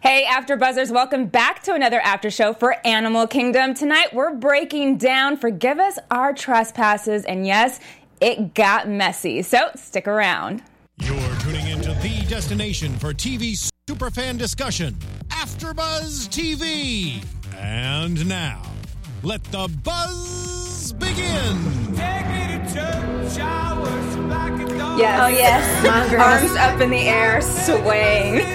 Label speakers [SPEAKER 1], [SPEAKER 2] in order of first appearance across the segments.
[SPEAKER 1] Hey, After Buzzers, welcome back to another after show for Animal Kingdom. Tonight, we're breaking down Forgive Us Our Trespasses, and yes, it got messy. So stick around.
[SPEAKER 2] You're tuning into the destination for TV superfan discussion, AfterBuzz TV. And now, let the buzz begin.
[SPEAKER 3] Yes.
[SPEAKER 4] Oh yes, mom girls.
[SPEAKER 3] Arms up in the air, swaying.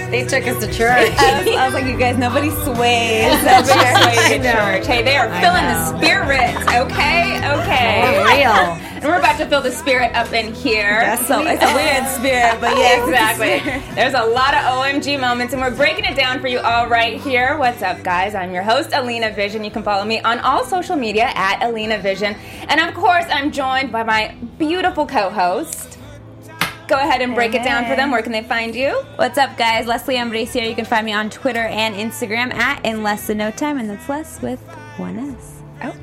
[SPEAKER 4] They took us to church.
[SPEAKER 3] I was, I was like, you guys, nobody sways. Nobody
[SPEAKER 4] I
[SPEAKER 3] sways at
[SPEAKER 4] know.
[SPEAKER 3] church. Hey, they are
[SPEAKER 4] I
[SPEAKER 3] filling
[SPEAKER 4] know.
[SPEAKER 3] the spirit. Okay,
[SPEAKER 4] For
[SPEAKER 3] okay.
[SPEAKER 4] real.
[SPEAKER 3] And we're about to fill the spirit up in here.
[SPEAKER 4] That's
[SPEAKER 3] so
[SPEAKER 4] sweet.
[SPEAKER 3] it's a weird spirit, but yeah, exactly.
[SPEAKER 4] Spirit.
[SPEAKER 3] There's a lot of OMG moments, and we're breaking it down for you all right here. What's up, guys? I'm your host, Alina Vision. You can follow me on all social media at Alina Vision, and of course, I'm joined by my beautiful co-host. Go ahead and break it down for them. Where can they find you?
[SPEAKER 4] What's up, guys? Leslie Embrace here. You can find me on Twitter and Instagram at In Less Than No Time, and that's less with one S.
[SPEAKER 3] Oh.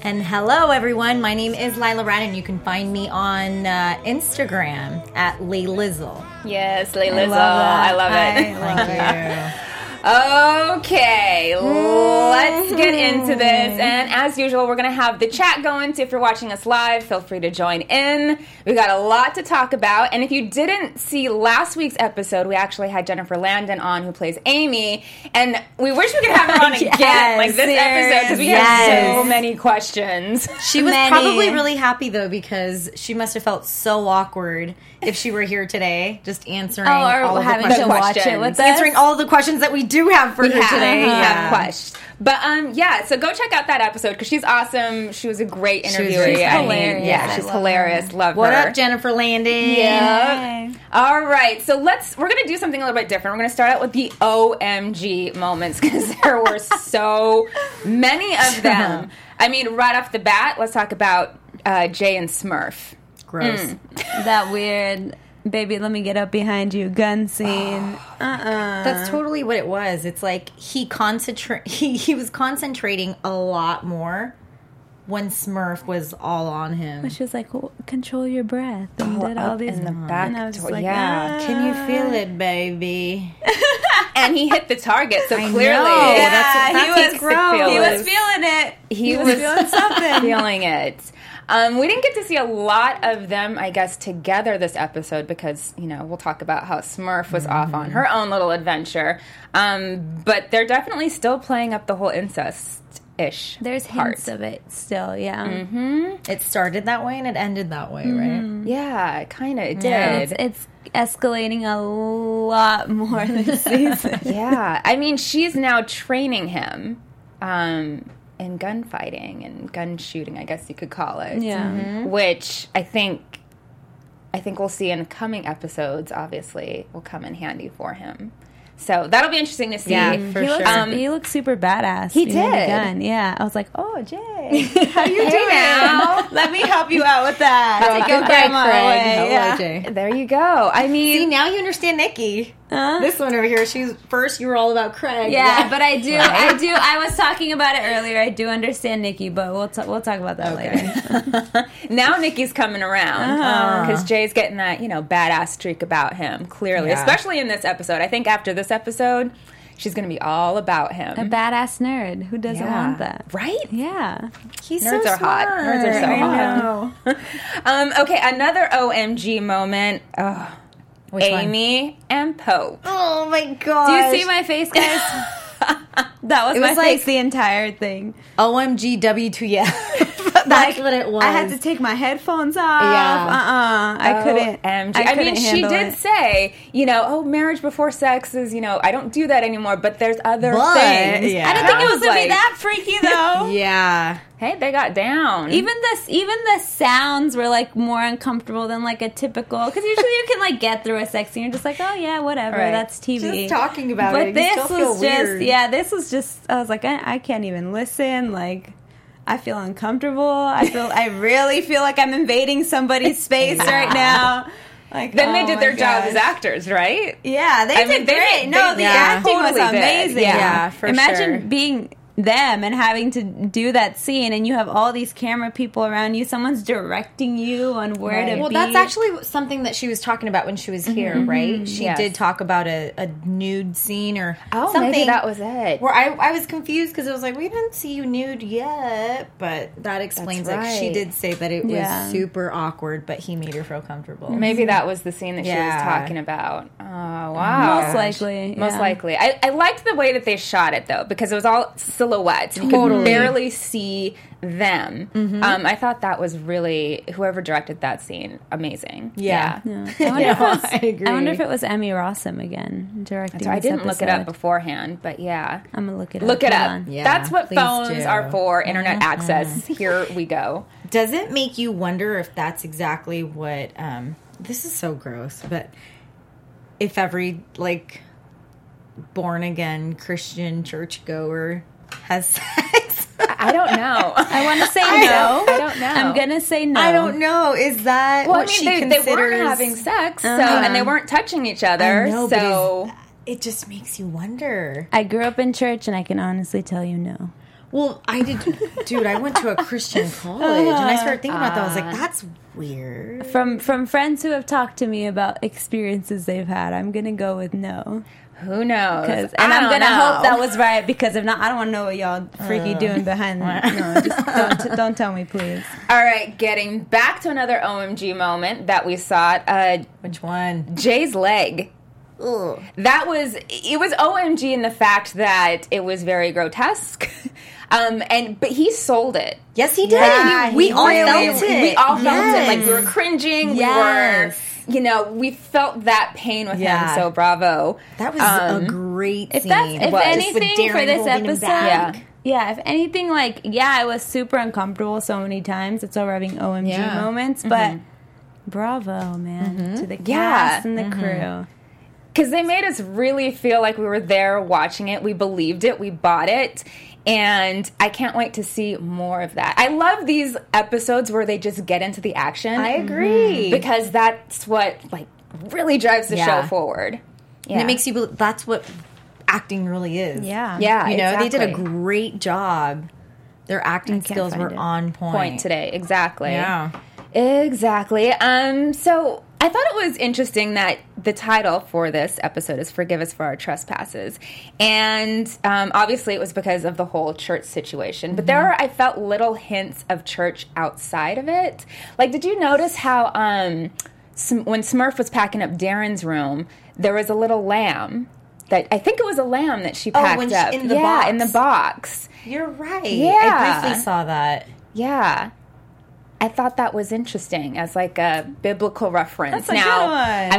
[SPEAKER 5] And hello, everyone. My name is Lila Rad, and you can find me on uh, Instagram at Leelizzle.
[SPEAKER 3] Yes, Lay
[SPEAKER 4] Oh,
[SPEAKER 3] Lizzo.
[SPEAKER 4] that.
[SPEAKER 3] I love it.
[SPEAKER 5] Thank you.
[SPEAKER 3] Okay, let's get into this.
[SPEAKER 4] Mm-hmm.
[SPEAKER 3] And as usual, we're going to have the chat going. So if you're watching us live, feel free to join in. We got a lot to talk about. And if you didn't see last week's episode, we actually had Jennifer Landon on, who plays Amy. And we wish we could have her on
[SPEAKER 4] Yes,
[SPEAKER 3] again, like this episode, because we had
[SPEAKER 4] yes.
[SPEAKER 3] so many questions.
[SPEAKER 5] She was
[SPEAKER 4] Many.
[SPEAKER 5] probably really happy though because she must have felt so awkward if she were here today, just answering
[SPEAKER 4] Oh, or
[SPEAKER 5] all of
[SPEAKER 4] having
[SPEAKER 5] the
[SPEAKER 4] to
[SPEAKER 5] questions.
[SPEAKER 4] watch it with us.
[SPEAKER 5] answering all the questions that we do have for
[SPEAKER 3] we
[SPEAKER 5] her
[SPEAKER 3] have,
[SPEAKER 5] today.
[SPEAKER 3] we have questions. But um, yeah, so go check out that episode because she's awesome. She was a great
[SPEAKER 5] was
[SPEAKER 3] interviewer.
[SPEAKER 5] really
[SPEAKER 3] yeah, I mean,
[SPEAKER 4] hilarious.
[SPEAKER 3] Yeah,
[SPEAKER 4] I
[SPEAKER 3] she's
[SPEAKER 4] love
[SPEAKER 3] hilarious. Love
[SPEAKER 5] What
[SPEAKER 3] her.
[SPEAKER 5] up, Jennifer Landon?
[SPEAKER 3] Yep. All right. So let's we're gonna do something a little bit different. We're gonna start out with the OMG moments because there were so many of them. I mean, right off the bat, let's talk about uh, Jay and Smurf.
[SPEAKER 5] Gross.
[SPEAKER 4] Mm. That weird, baby, let me get up behind you gun scene.
[SPEAKER 5] That's totally what it was. It's like he concentrate he, he was concentrating a lot more when Smurf was all on him.
[SPEAKER 4] She was like, "Well, control your breath. And did all
[SPEAKER 3] up
[SPEAKER 4] these
[SPEAKER 3] in the back
[SPEAKER 4] And I was
[SPEAKER 3] door,
[SPEAKER 4] just like,
[SPEAKER 3] yeah.
[SPEAKER 4] "Ah."
[SPEAKER 5] Can you feel it, baby?
[SPEAKER 3] And he hit the target, so clearly
[SPEAKER 5] know. Yeah,
[SPEAKER 4] that's- that's
[SPEAKER 3] he was
[SPEAKER 4] what gross.
[SPEAKER 3] Feel
[SPEAKER 4] He
[SPEAKER 3] it.
[SPEAKER 4] was feeling it.
[SPEAKER 3] he was feeling something, feeling it. Um, we didn't get to see a lot of them, I guess, together this episode because you know we'll talk about how Smurf was off on her own little adventure. Um, but they're definitely still playing up the whole incest ish.
[SPEAKER 4] There's
[SPEAKER 3] part.
[SPEAKER 4] hints of it still, yeah.
[SPEAKER 3] Mm-hmm.
[SPEAKER 5] It started that way and it ended that way, right?
[SPEAKER 3] Mm. yeah, kind of it
[SPEAKER 4] Yeah,
[SPEAKER 3] did.
[SPEAKER 4] It's, it's escalating a lot more this
[SPEAKER 3] Mm-hmm.
[SPEAKER 4] season.
[SPEAKER 3] yeah, I mean she's now training him um, in gunfighting and gun shooting, I guess you could call it.
[SPEAKER 4] Yeah.
[SPEAKER 5] Mm-hmm.
[SPEAKER 3] which I think I think we'll see in coming episodes. Obviously, will come in handy for him. So that'll be interesting to see.
[SPEAKER 5] Yeah, Mhm. for
[SPEAKER 4] he looks,
[SPEAKER 5] sure.
[SPEAKER 3] Um,
[SPEAKER 4] he looks super badass.
[SPEAKER 3] He
[SPEAKER 4] behind the
[SPEAKER 3] did.
[SPEAKER 4] gun. Yeah, I was like, oh, Jay, how you
[SPEAKER 3] Hey now.
[SPEAKER 4] Let me help you out with that.
[SPEAKER 3] Take a
[SPEAKER 4] Get
[SPEAKER 3] break,
[SPEAKER 4] grandma
[SPEAKER 3] Craig.
[SPEAKER 4] away,
[SPEAKER 5] Hello,
[SPEAKER 4] yeah.
[SPEAKER 5] Jay.
[SPEAKER 3] There you go. I mean,
[SPEAKER 5] See, now you understand Nikki.
[SPEAKER 4] Huh?
[SPEAKER 5] This one over here, she's first you were all about Craig.
[SPEAKER 4] Yeah, but I do, I do. I was talking about it earlier. I do understand Nikki, but we'll t- we'll talk about that later.
[SPEAKER 3] now Nikki's coming around
[SPEAKER 5] Uh-huh.
[SPEAKER 3] because Jay's getting that you know badass streak about him. Clearly,
[SPEAKER 5] Yeah.
[SPEAKER 3] especially in this episode. I think after this episode, she's going to be all about him.
[SPEAKER 4] A badass nerd who doesn't
[SPEAKER 3] Yeah.
[SPEAKER 4] want that,
[SPEAKER 3] right?
[SPEAKER 4] Yeah,
[SPEAKER 5] he's
[SPEAKER 3] Nerds are hot. Nerds are so
[SPEAKER 5] I
[SPEAKER 3] hot.
[SPEAKER 5] know.
[SPEAKER 3] Um, okay, another OMG moment. Ugh,
[SPEAKER 5] Which one?
[SPEAKER 3] Amy and Pope.
[SPEAKER 5] Oh my god.
[SPEAKER 4] Do you see my face, guys? that was,
[SPEAKER 5] It was
[SPEAKER 4] my
[SPEAKER 5] like-
[SPEAKER 4] face the entire thing.
[SPEAKER 5] OMG WTF? That's what it was.
[SPEAKER 4] I had to take my headphones off.
[SPEAKER 5] Yeah.
[SPEAKER 4] Uh-uh. I couldn't.
[SPEAKER 3] OMG.
[SPEAKER 4] I,
[SPEAKER 3] Oh, I,
[SPEAKER 4] couldn't
[SPEAKER 3] mean, she
[SPEAKER 4] handle
[SPEAKER 3] did
[SPEAKER 4] it.
[SPEAKER 3] say, you know, oh, marriage before sex is, you know, I don't do that anymore, but there's other
[SPEAKER 5] But,
[SPEAKER 3] things.
[SPEAKER 5] yeah.
[SPEAKER 4] I didn't think it was gonna
[SPEAKER 3] like-
[SPEAKER 4] be that freaky though.
[SPEAKER 5] Yeah.
[SPEAKER 3] Hey, they got down.
[SPEAKER 4] Even this, even the sounds were like more uncomfortable than like a typical. Because usually you can like get through a sex scene. You're just like, oh yeah, whatever.
[SPEAKER 3] Right.
[SPEAKER 4] That's TV.
[SPEAKER 5] Just talking about
[SPEAKER 4] but
[SPEAKER 5] it, you
[SPEAKER 4] this
[SPEAKER 5] still feel
[SPEAKER 4] was just,
[SPEAKER 5] weird.
[SPEAKER 4] yeah, this was just. I was like, I, I can't even listen. Like, I feel uncomfortable. I feel, I really feel like I'm invading somebody's space right now. Like,
[SPEAKER 3] then they
[SPEAKER 4] oh
[SPEAKER 3] did
[SPEAKER 4] my
[SPEAKER 3] their jobs as
[SPEAKER 4] gosh.
[SPEAKER 3] actors, right?
[SPEAKER 4] Yeah, they
[SPEAKER 3] I
[SPEAKER 4] did
[SPEAKER 3] mean, they
[SPEAKER 4] great.
[SPEAKER 3] did-
[SPEAKER 4] no,
[SPEAKER 3] they-
[SPEAKER 4] the
[SPEAKER 3] yeah.
[SPEAKER 4] acting was
[SPEAKER 3] Totally did.
[SPEAKER 4] amazing.
[SPEAKER 3] Yeah, for
[SPEAKER 4] imagine
[SPEAKER 3] sure.
[SPEAKER 4] being them and having to do that scene and you have all these camera people around you someone's directing you on where to
[SPEAKER 5] well
[SPEAKER 4] be
[SPEAKER 5] that's actually something that she was talking about when she was here
[SPEAKER 4] Mm-hmm.
[SPEAKER 5] right she
[SPEAKER 3] Yes.
[SPEAKER 5] did talk about a, a nude scene or
[SPEAKER 3] Oh,
[SPEAKER 5] something
[SPEAKER 3] maybe that was it.
[SPEAKER 5] where I, I was confused because it was like we didn't see you nude yet but that explains
[SPEAKER 3] That's
[SPEAKER 5] like she
[SPEAKER 3] right.
[SPEAKER 5] did say that it
[SPEAKER 4] Yeah.
[SPEAKER 5] was super awkward but he made her feel comfortable
[SPEAKER 3] Maybe that was the scene that she was
[SPEAKER 5] Yeah.
[SPEAKER 3] talking about. Oh wow!
[SPEAKER 4] Most likely,
[SPEAKER 3] most
[SPEAKER 4] yeah.
[SPEAKER 3] likely. I, I liked the way that they shot it though, because it was all silhouettes. and You could barely see them. Um, I thought that was really whoever directed that scene amazing.
[SPEAKER 5] Yeah.
[SPEAKER 4] I, wonder if it was,
[SPEAKER 5] I agree.
[SPEAKER 4] I wonder if it was emmy rossum again directing
[SPEAKER 3] So I
[SPEAKER 4] this
[SPEAKER 3] didn't look it up
[SPEAKER 4] episode.
[SPEAKER 3] beforehand, but yeah.
[SPEAKER 4] i'm gonna look it up
[SPEAKER 3] Look it
[SPEAKER 4] Hold
[SPEAKER 3] up.
[SPEAKER 4] on.
[SPEAKER 5] Oh, Yeah,
[SPEAKER 3] That's what
[SPEAKER 5] please
[SPEAKER 3] phones
[SPEAKER 5] do. Mm-hmm.
[SPEAKER 3] are for internet access. Here we go.
[SPEAKER 5] Does it make you wonder if that's exactly what? Um, this is so gross, but if every like born again Christian churchgoer has sex,
[SPEAKER 3] I don't know.
[SPEAKER 4] i want to say
[SPEAKER 5] I
[SPEAKER 4] no
[SPEAKER 3] I don't know.
[SPEAKER 4] i'm gonna say no
[SPEAKER 5] I don't know. Is that
[SPEAKER 3] Well,
[SPEAKER 5] what
[SPEAKER 3] I mean,
[SPEAKER 5] she
[SPEAKER 3] they,
[SPEAKER 5] considers? Uh-huh.
[SPEAKER 3] they weren't having sex, so and they weren't touching each other.
[SPEAKER 5] I know, but is-
[SPEAKER 3] so
[SPEAKER 5] it just makes you wonder.
[SPEAKER 4] i grew up in church and i can honestly tell you no
[SPEAKER 5] Well, I did, dude. I went to a Christian college, and I started thinking about that. I was like, that's weird.
[SPEAKER 4] from from friends who have talked to me about experiences they've had i'm gonna go with no
[SPEAKER 3] who knows?
[SPEAKER 4] 'Cause-
[SPEAKER 3] I
[SPEAKER 4] and I'm
[SPEAKER 3] don't
[SPEAKER 4] gonna
[SPEAKER 3] know.
[SPEAKER 4] hope that was right because if not, I don't want to know what y'all freaky doing behind. No, just don't, don't tell me, please.
[SPEAKER 3] All right, getting back to another OMG moment that we saw. Uh,
[SPEAKER 5] Which one?
[SPEAKER 3] Jay's leg. That was it was OMG in the fact that it was very grotesque. Um, and but he sold it.
[SPEAKER 5] Yes, he did.
[SPEAKER 3] Yeah,
[SPEAKER 5] we
[SPEAKER 3] he
[SPEAKER 5] all
[SPEAKER 3] really-
[SPEAKER 5] felt it.
[SPEAKER 3] We all felt
[SPEAKER 5] Yes.
[SPEAKER 3] it. Like we were cringing.
[SPEAKER 5] Yes.
[SPEAKER 3] We were, you know, we felt that pain with
[SPEAKER 5] Yeah.
[SPEAKER 3] him. So bravo.
[SPEAKER 5] That was a great scene.
[SPEAKER 4] Um, If that's if
[SPEAKER 5] Just with
[SPEAKER 4] anything for
[SPEAKER 5] Darren
[SPEAKER 4] this
[SPEAKER 5] holding him
[SPEAKER 4] episode,
[SPEAKER 5] back.
[SPEAKER 3] Yeah.
[SPEAKER 4] yeah, if anything, like yeah, I was super uncomfortable so many times. It's over having OMG
[SPEAKER 5] Yeah.
[SPEAKER 4] moments, but bravo, man,
[SPEAKER 3] Mm-hmm.
[SPEAKER 4] to the cast and the crew.
[SPEAKER 3] because they made us really feel like we were there watching it. We believed it. We bought it. And I can't wait to see more of that. I love these episodes where they just get into the action. Mm-hmm.
[SPEAKER 5] I agree.
[SPEAKER 3] Because that's what like really drives the
[SPEAKER 5] Yeah.
[SPEAKER 3] show forward. Yeah.
[SPEAKER 5] And it makes you believe that's what acting really is.
[SPEAKER 4] Yeah,
[SPEAKER 3] Yeah,
[SPEAKER 5] You know, they did a
[SPEAKER 3] exactly.
[SPEAKER 5] great job. Their acting
[SPEAKER 4] can't
[SPEAKER 5] skills
[SPEAKER 4] find
[SPEAKER 5] were
[SPEAKER 4] it.
[SPEAKER 5] on point.
[SPEAKER 3] point today. Exactly.
[SPEAKER 5] Yeah.
[SPEAKER 3] Exactly. Um, so I thought it was interesting that the title for this episode is Forgive Us for Our Trespasses. And um, obviously, it was because of the whole church situation. But there are,
[SPEAKER 5] Mm-hmm.
[SPEAKER 3] I felt, little hints of church outside of it. Like, did you notice how um, Sm- when Smurf was packing up Darren's room, there was a little lamb? That I think it was a lamb that she packed
[SPEAKER 5] Oh, when she-
[SPEAKER 3] up.
[SPEAKER 5] in the
[SPEAKER 3] yeah,
[SPEAKER 5] box.
[SPEAKER 3] in the box.
[SPEAKER 5] You're right.
[SPEAKER 3] Yeah.
[SPEAKER 5] I briefly saw that.
[SPEAKER 3] Yeah. I thought that was interesting as like a biblical reference.
[SPEAKER 4] That's a
[SPEAKER 3] now
[SPEAKER 4] good one.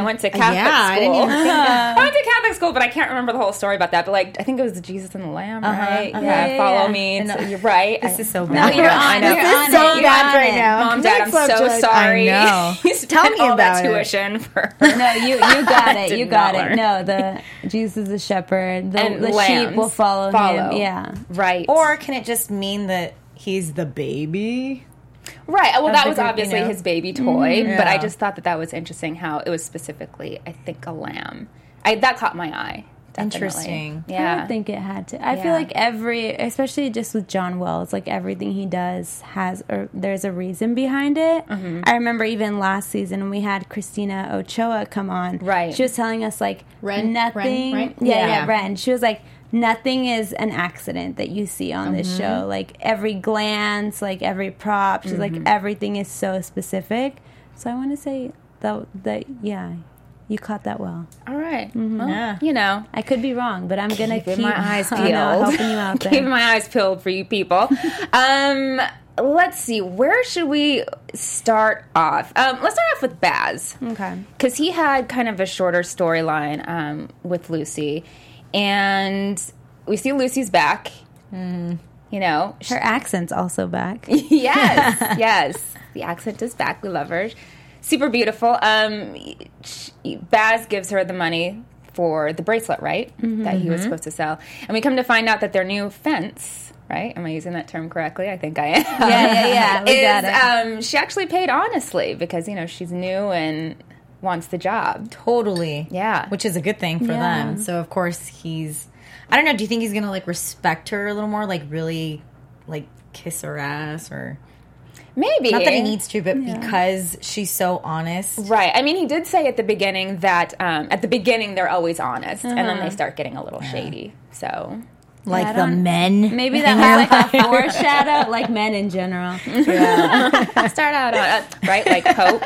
[SPEAKER 3] I went to Catholic
[SPEAKER 5] Yeah,
[SPEAKER 3] school.
[SPEAKER 5] I didn't even think
[SPEAKER 3] I went to Catholic school, but I can't remember the whole story about that. But like, I think it was the Jesus and the Lamb, right? Yeah,
[SPEAKER 4] Uh-huh, yeah,
[SPEAKER 3] follow
[SPEAKER 4] yeah.
[SPEAKER 3] me. So you're right.
[SPEAKER 5] This is so
[SPEAKER 3] I,
[SPEAKER 5] bad.
[SPEAKER 3] no, you're on.
[SPEAKER 4] You're
[SPEAKER 3] This
[SPEAKER 4] on
[SPEAKER 3] is
[SPEAKER 4] it.
[SPEAKER 3] so
[SPEAKER 4] You're
[SPEAKER 3] bad
[SPEAKER 4] on
[SPEAKER 3] right
[SPEAKER 4] it.
[SPEAKER 3] now. Mom, Dad, I'm
[SPEAKER 5] Thanks,
[SPEAKER 3] so
[SPEAKER 5] Lovejoy.
[SPEAKER 3] sorry.
[SPEAKER 5] I know.
[SPEAKER 3] you
[SPEAKER 5] Tell
[SPEAKER 3] spent
[SPEAKER 5] me
[SPEAKER 3] all that
[SPEAKER 5] about it.
[SPEAKER 3] tuition for.
[SPEAKER 4] No, you you got it.
[SPEAKER 3] Did
[SPEAKER 4] You
[SPEAKER 3] not
[SPEAKER 4] got it.
[SPEAKER 3] learn.
[SPEAKER 4] No, the Jesus is the shepherd. The,
[SPEAKER 3] And
[SPEAKER 4] the sheep
[SPEAKER 3] lambs
[SPEAKER 4] will follow,
[SPEAKER 3] follow.
[SPEAKER 4] him. Yeah,
[SPEAKER 3] Right.
[SPEAKER 5] Or can it just mean that he's the baby?
[SPEAKER 3] Right. Well, that
[SPEAKER 5] the
[SPEAKER 3] was
[SPEAKER 5] group, you
[SPEAKER 3] obviously
[SPEAKER 5] know.
[SPEAKER 3] his baby toy, but I
[SPEAKER 5] Yeah.
[SPEAKER 3] just thought that that was interesting how it was specifically, I think, a lamb. I, that caught my eye. definitely.
[SPEAKER 5] Interesting.
[SPEAKER 4] I
[SPEAKER 3] Yeah.
[SPEAKER 4] would think it had to. I feel
[SPEAKER 3] Yeah.
[SPEAKER 4] like every, especially just with John Wells, like everything he does has or there's a reason behind it.
[SPEAKER 5] Mm-hmm.
[SPEAKER 4] I remember even last season when we had Christina Ochoa come on.
[SPEAKER 3] Right.
[SPEAKER 4] she was telling us like
[SPEAKER 5] Ren- Ren,
[SPEAKER 4] nothing.
[SPEAKER 5] right?
[SPEAKER 4] Yeah, yeah,
[SPEAKER 5] Yeah.
[SPEAKER 4] Ren. She was like nothing is an accident that you see on this
[SPEAKER 5] Mm-hmm.
[SPEAKER 4] show. Like every glance, like every prop, she's
[SPEAKER 5] Mm-hmm.
[SPEAKER 4] like everything is so specific. So I want to say that that yeah, you caught that well.
[SPEAKER 3] All right. Well,
[SPEAKER 5] Yeah.
[SPEAKER 3] You know,
[SPEAKER 4] I could be wrong, but I'm gonna keep,
[SPEAKER 3] keeping my eyes
[SPEAKER 4] I
[SPEAKER 3] peeled.
[SPEAKER 4] know, helping you out there.
[SPEAKER 3] keeping my eyes peeled for you people. um, let's see. Where should we start off? Um, let's start off with Baz.
[SPEAKER 4] Okay.
[SPEAKER 3] because he had kind of a shorter storyline um, with Lucy, and we see Lucy's back. You know, she-
[SPEAKER 4] Her accent's also back.
[SPEAKER 3] yes, yes, the accent is back. We love her. Super beautiful. Um, she- Baz gives her the money for the bracelet, right?
[SPEAKER 4] Mm-hmm,
[SPEAKER 3] That he was supposed to sell, and we come to find out that their new fence. Right? Am I using that term correctly? I think I am.
[SPEAKER 4] yeah, yeah, we got
[SPEAKER 3] Is,
[SPEAKER 4] it.
[SPEAKER 3] Um, she actually paid honestly because you know she's new and wants the job.
[SPEAKER 5] Totally.
[SPEAKER 3] Yeah.
[SPEAKER 5] Which is a good thing for
[SPEAKER 4] Yeah.
[SPEAKER 5] them. So of course he's I don't know. Do you think he's gonna like respect her a little more? Like really, like kiss her ass or
[SPEAKER 3] Maybe.
[SPEAKER 5] not that he needs to, but because she's so honest.
[SPEAKER 3] Right. I mean, he did say at the beginning that um, at the beginning they're always honest, and
[SPEAKER 4] Uh-huh.
[SPEAKER 3] then they start getting a little shady. So
[SPEAKER 5] Like
[SPEAKER 4] I
[SPEAKER 5] the
[SPEAKER 4] don't-
[SPEAKER 5] men.
[SPEAKER 4] Maybe that was like a foreshadow, like men in general.
[SPEAKER 3] start out honest, right? Like Pope,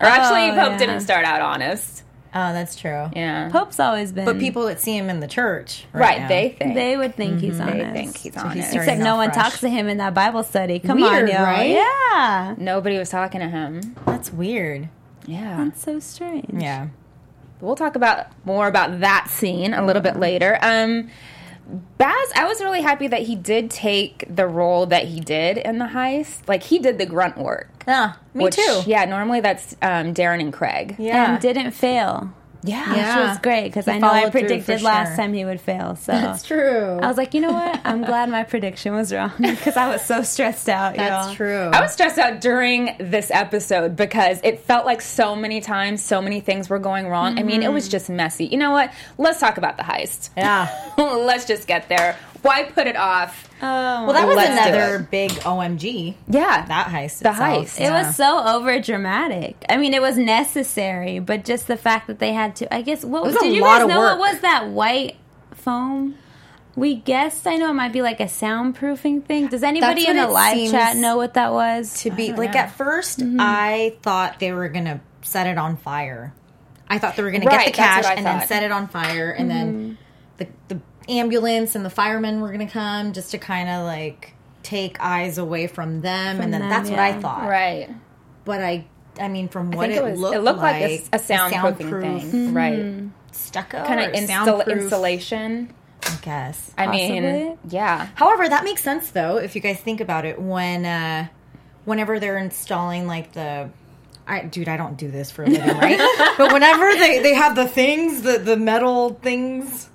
[SPEAKER 3] or actually
[SPEAKER 4] Oh,
[SPEAKER 3] Pope
[SPEAKER 4] yeah.
[SPEAKER 3] didn't start out honest.
[SPEAKER 5] Oh, that's true.
[SPEAKER 3] Yeah.
[SPEAKER 4] Pope's always been.
[SPEAKER 5] But people that see him in the church, right?
[SPEAKER 3] right.
[SPEAKER 5] now,
[SPEAKER 3] They think
[SPEAKER 4] they would think he's
[SPEAKER 3] they
[SPEAKER 4] honest.
[SPEAKER 3] think he's
[SPEAKER 5] Mm-hmm. he's
[SPEAKER 3] honest.
[SPEAKER 5] starting-
[SPEAKER 4] Except no
[SPEAKER 5] off
[SPEAKER 4] one
[SPEAKER 5] fresh.
[SPEAKER 4] talks to him in that Bible study. Come
[SPEAKER 5] Weird,
[SPEAKER 4] on, y'all.
[SPEAKER 5] right?
[SPEAKER 4] Yeah.
[SPEAKER 3] Nobody was talking to him.
[SPEAKER 5] that's weird.
[SPEAKER 3] Yeah.
[SPEAKER 4] So strange.
[SPEAKER 5] Yeah.
[SPEAKER 3] We'll talk about more about that scene a little bit later. Um, Baz, I was really happy that he did take the role that he did in the heist. Like he did the grunt work.
[SPEAKER 5] Ah, me
[SPEAKER 3] Which,
[SPEAKER 5] too.
[SPEAKER 3] Yeah, normally that's um, Darren and Craig.
[SPEAKER 5] Yeah.
[SPEAKER 4] And didn't fail.
[SPEAKER 3] Yeah.
[SPEAKER 4] Which was great because I know
[SPEAKER 5] followed
[SPEAKER 4] I
[SPEAKER 5] through
[SPEAKER 4] predicted
[SPEAKER 5] for
[SPEAKER 4] last
[SPEAKER 5] sure.
[SPEAKER 4] time he would fail. So
[SPEAKER 5] That's true.
[SPEAKER 4] I was like, you know what? I'm glad my prediction was wrong because I was so stressed out.
[SPEAKER 5] that's
[SPEAKER 4] y'all.
[SPEAKER 5] true.
[SPEAKER 3] I was stressed out during this episode because it felt like so many times, so many things were going wrong. I mean, it was just messy. You know what? Let's talk about the heist.
[SPEAKER 5] Mm-hmm. yeah.
[SPEAKER 3] Let's just get there. Why put it off?
[SPEAKER 4] Oh,
[SPEAKER 5] Well, that was
[SPEAKER 3] Let's do
[SPEAKER 5] another big OMG.
[SPEAKER 3] Yeah.
[SPEAKER 5] That heist.
[SPEAKER 3] The
[SPEAKER 5] itself.
[SPEAKER 3] heist.
[SPEAKER 4] It was so over dramatic. I mean, it was necessary, but just the fact that they had to. I guess what
[SPEAKER 5] was
[SPEAKER 4] did
[SPEAKER 5] a
[SPEAKER 4] you
[SPEAKER 5] lot
[SPEAKER 4] guys
[SPEAKER 5] of
[SPEAKER 4] know? What
[SPEAKER 5] work.
[SPEAKER 4] was that white foam? We guessed. I know it might be like a soundproofing thing. Does anybody
[SPEAKER 5] That's
[SPEAKER 4] in
[SPEAKER 5] what
[SPEAKER 4] the
[SPEAKER 5] it
[SPEAKER 4] live
[SPEAKER 5] seems
[SPEAKER 4] chat know what that was?
[SPEAKER 5] to be like at 1st
[SPEAKER 3] Mm-hmm.
[SPEAKER 5] I thought they were gonna set it on fire. I thought they were gonna
[SPEAKER 3] Right,
[SPEAKER 5] get the
[SPEAKER 3] that's what
[SPEAKER 5] cash
[SPEAKER 3] I
[SPEAKER 5] and then
[SPEAKER 3] thought. Mm-hmm.
[SPEAKER 5] set it on fire, and then the the ambulance and the firemen were gonna come just to kind of like take eyes away from them, and then
[SPEAKER 4] them,
[SPEAKER 5] that's what
[SPEAKER 4] yeah.
[SPEAKER 5] I thought.
[SPEAKER 3] Right.
[SPEAKER 5] But I, I mean, from
[SPEAKER 3] I
[SPEAKER 5] what
[SPEAKER 3] think
[SPEAKER 5] it,
[SPEAKER 3] it, was,
[SPEAKER 5] looked,
[SPEAKER 3] it looked like,
[SPEAKER 5] like,
[SPEAKER 3] a, a soundproofing thing. Mm-hmm. Right.
[SPEAKER 5] stucco
[SPEAKER 3] Kind
[SPEAKER 5] Mm-hmm. or
[SPEAKER 3] of instal-
[SPEAKER 5] soundproof,
[SPEAKER 3] installation.
[SPEAKER 5] I guess.
[SPEAKER 3] I mean,
[SPEAKER 4] Possibly.
[SPEAKER 3] yeah.
[SPEAKER 5] However, that makes sense though if you guys think about it when uh whenever they're installing like the I, dude, I don't do this for a living, right? but whenever they, they have the things, the, the metal things,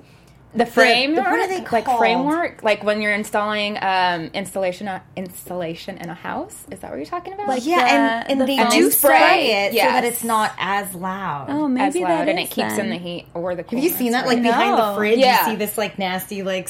[SPEAKER 3] The frame,
[SPEAKER 5] the- what are they
[SPEAKER 3] like
[SPEAKER 5] called?
[SPEAKER 3] framework, like when you're installing um, installation installation in a house. Is that what you're talking about? Like uh,
[SPEAKER 5] yeah,
[SPEAKER 4] the-
[SPEAKER 5] and, and
[SPEAKER 4] the
[SPEAKER 5] they
[SPEAKER 4] foam
[SPEAKER 5] do spray,
[SPEAKER 3] spray,
[SPEAKER 5] it so that
[SPEAKER 3] yes.
[SPEAKER 5] it's not as loud.
[SPEAKER 4] oh,
[SPEAKER 3] as
[SPEAKER 4] maybe
[SPEAKER 3] loud,
[SPEAKER 4] that
[SPEAKER 3] and
[SPEAKER 4] is
[SPEAKER 3] it keeps
[SPEAKER 4] then.
[SPEAKER 3] in the heat or the.
[SPEAKER 5] have you seen that? Like
[SPEAKER 4] No.
[SPEAKER 5] behind the fridge,
[SPEAKER 3] Yeah.
[SPEAKER 5] you see this like nasty like.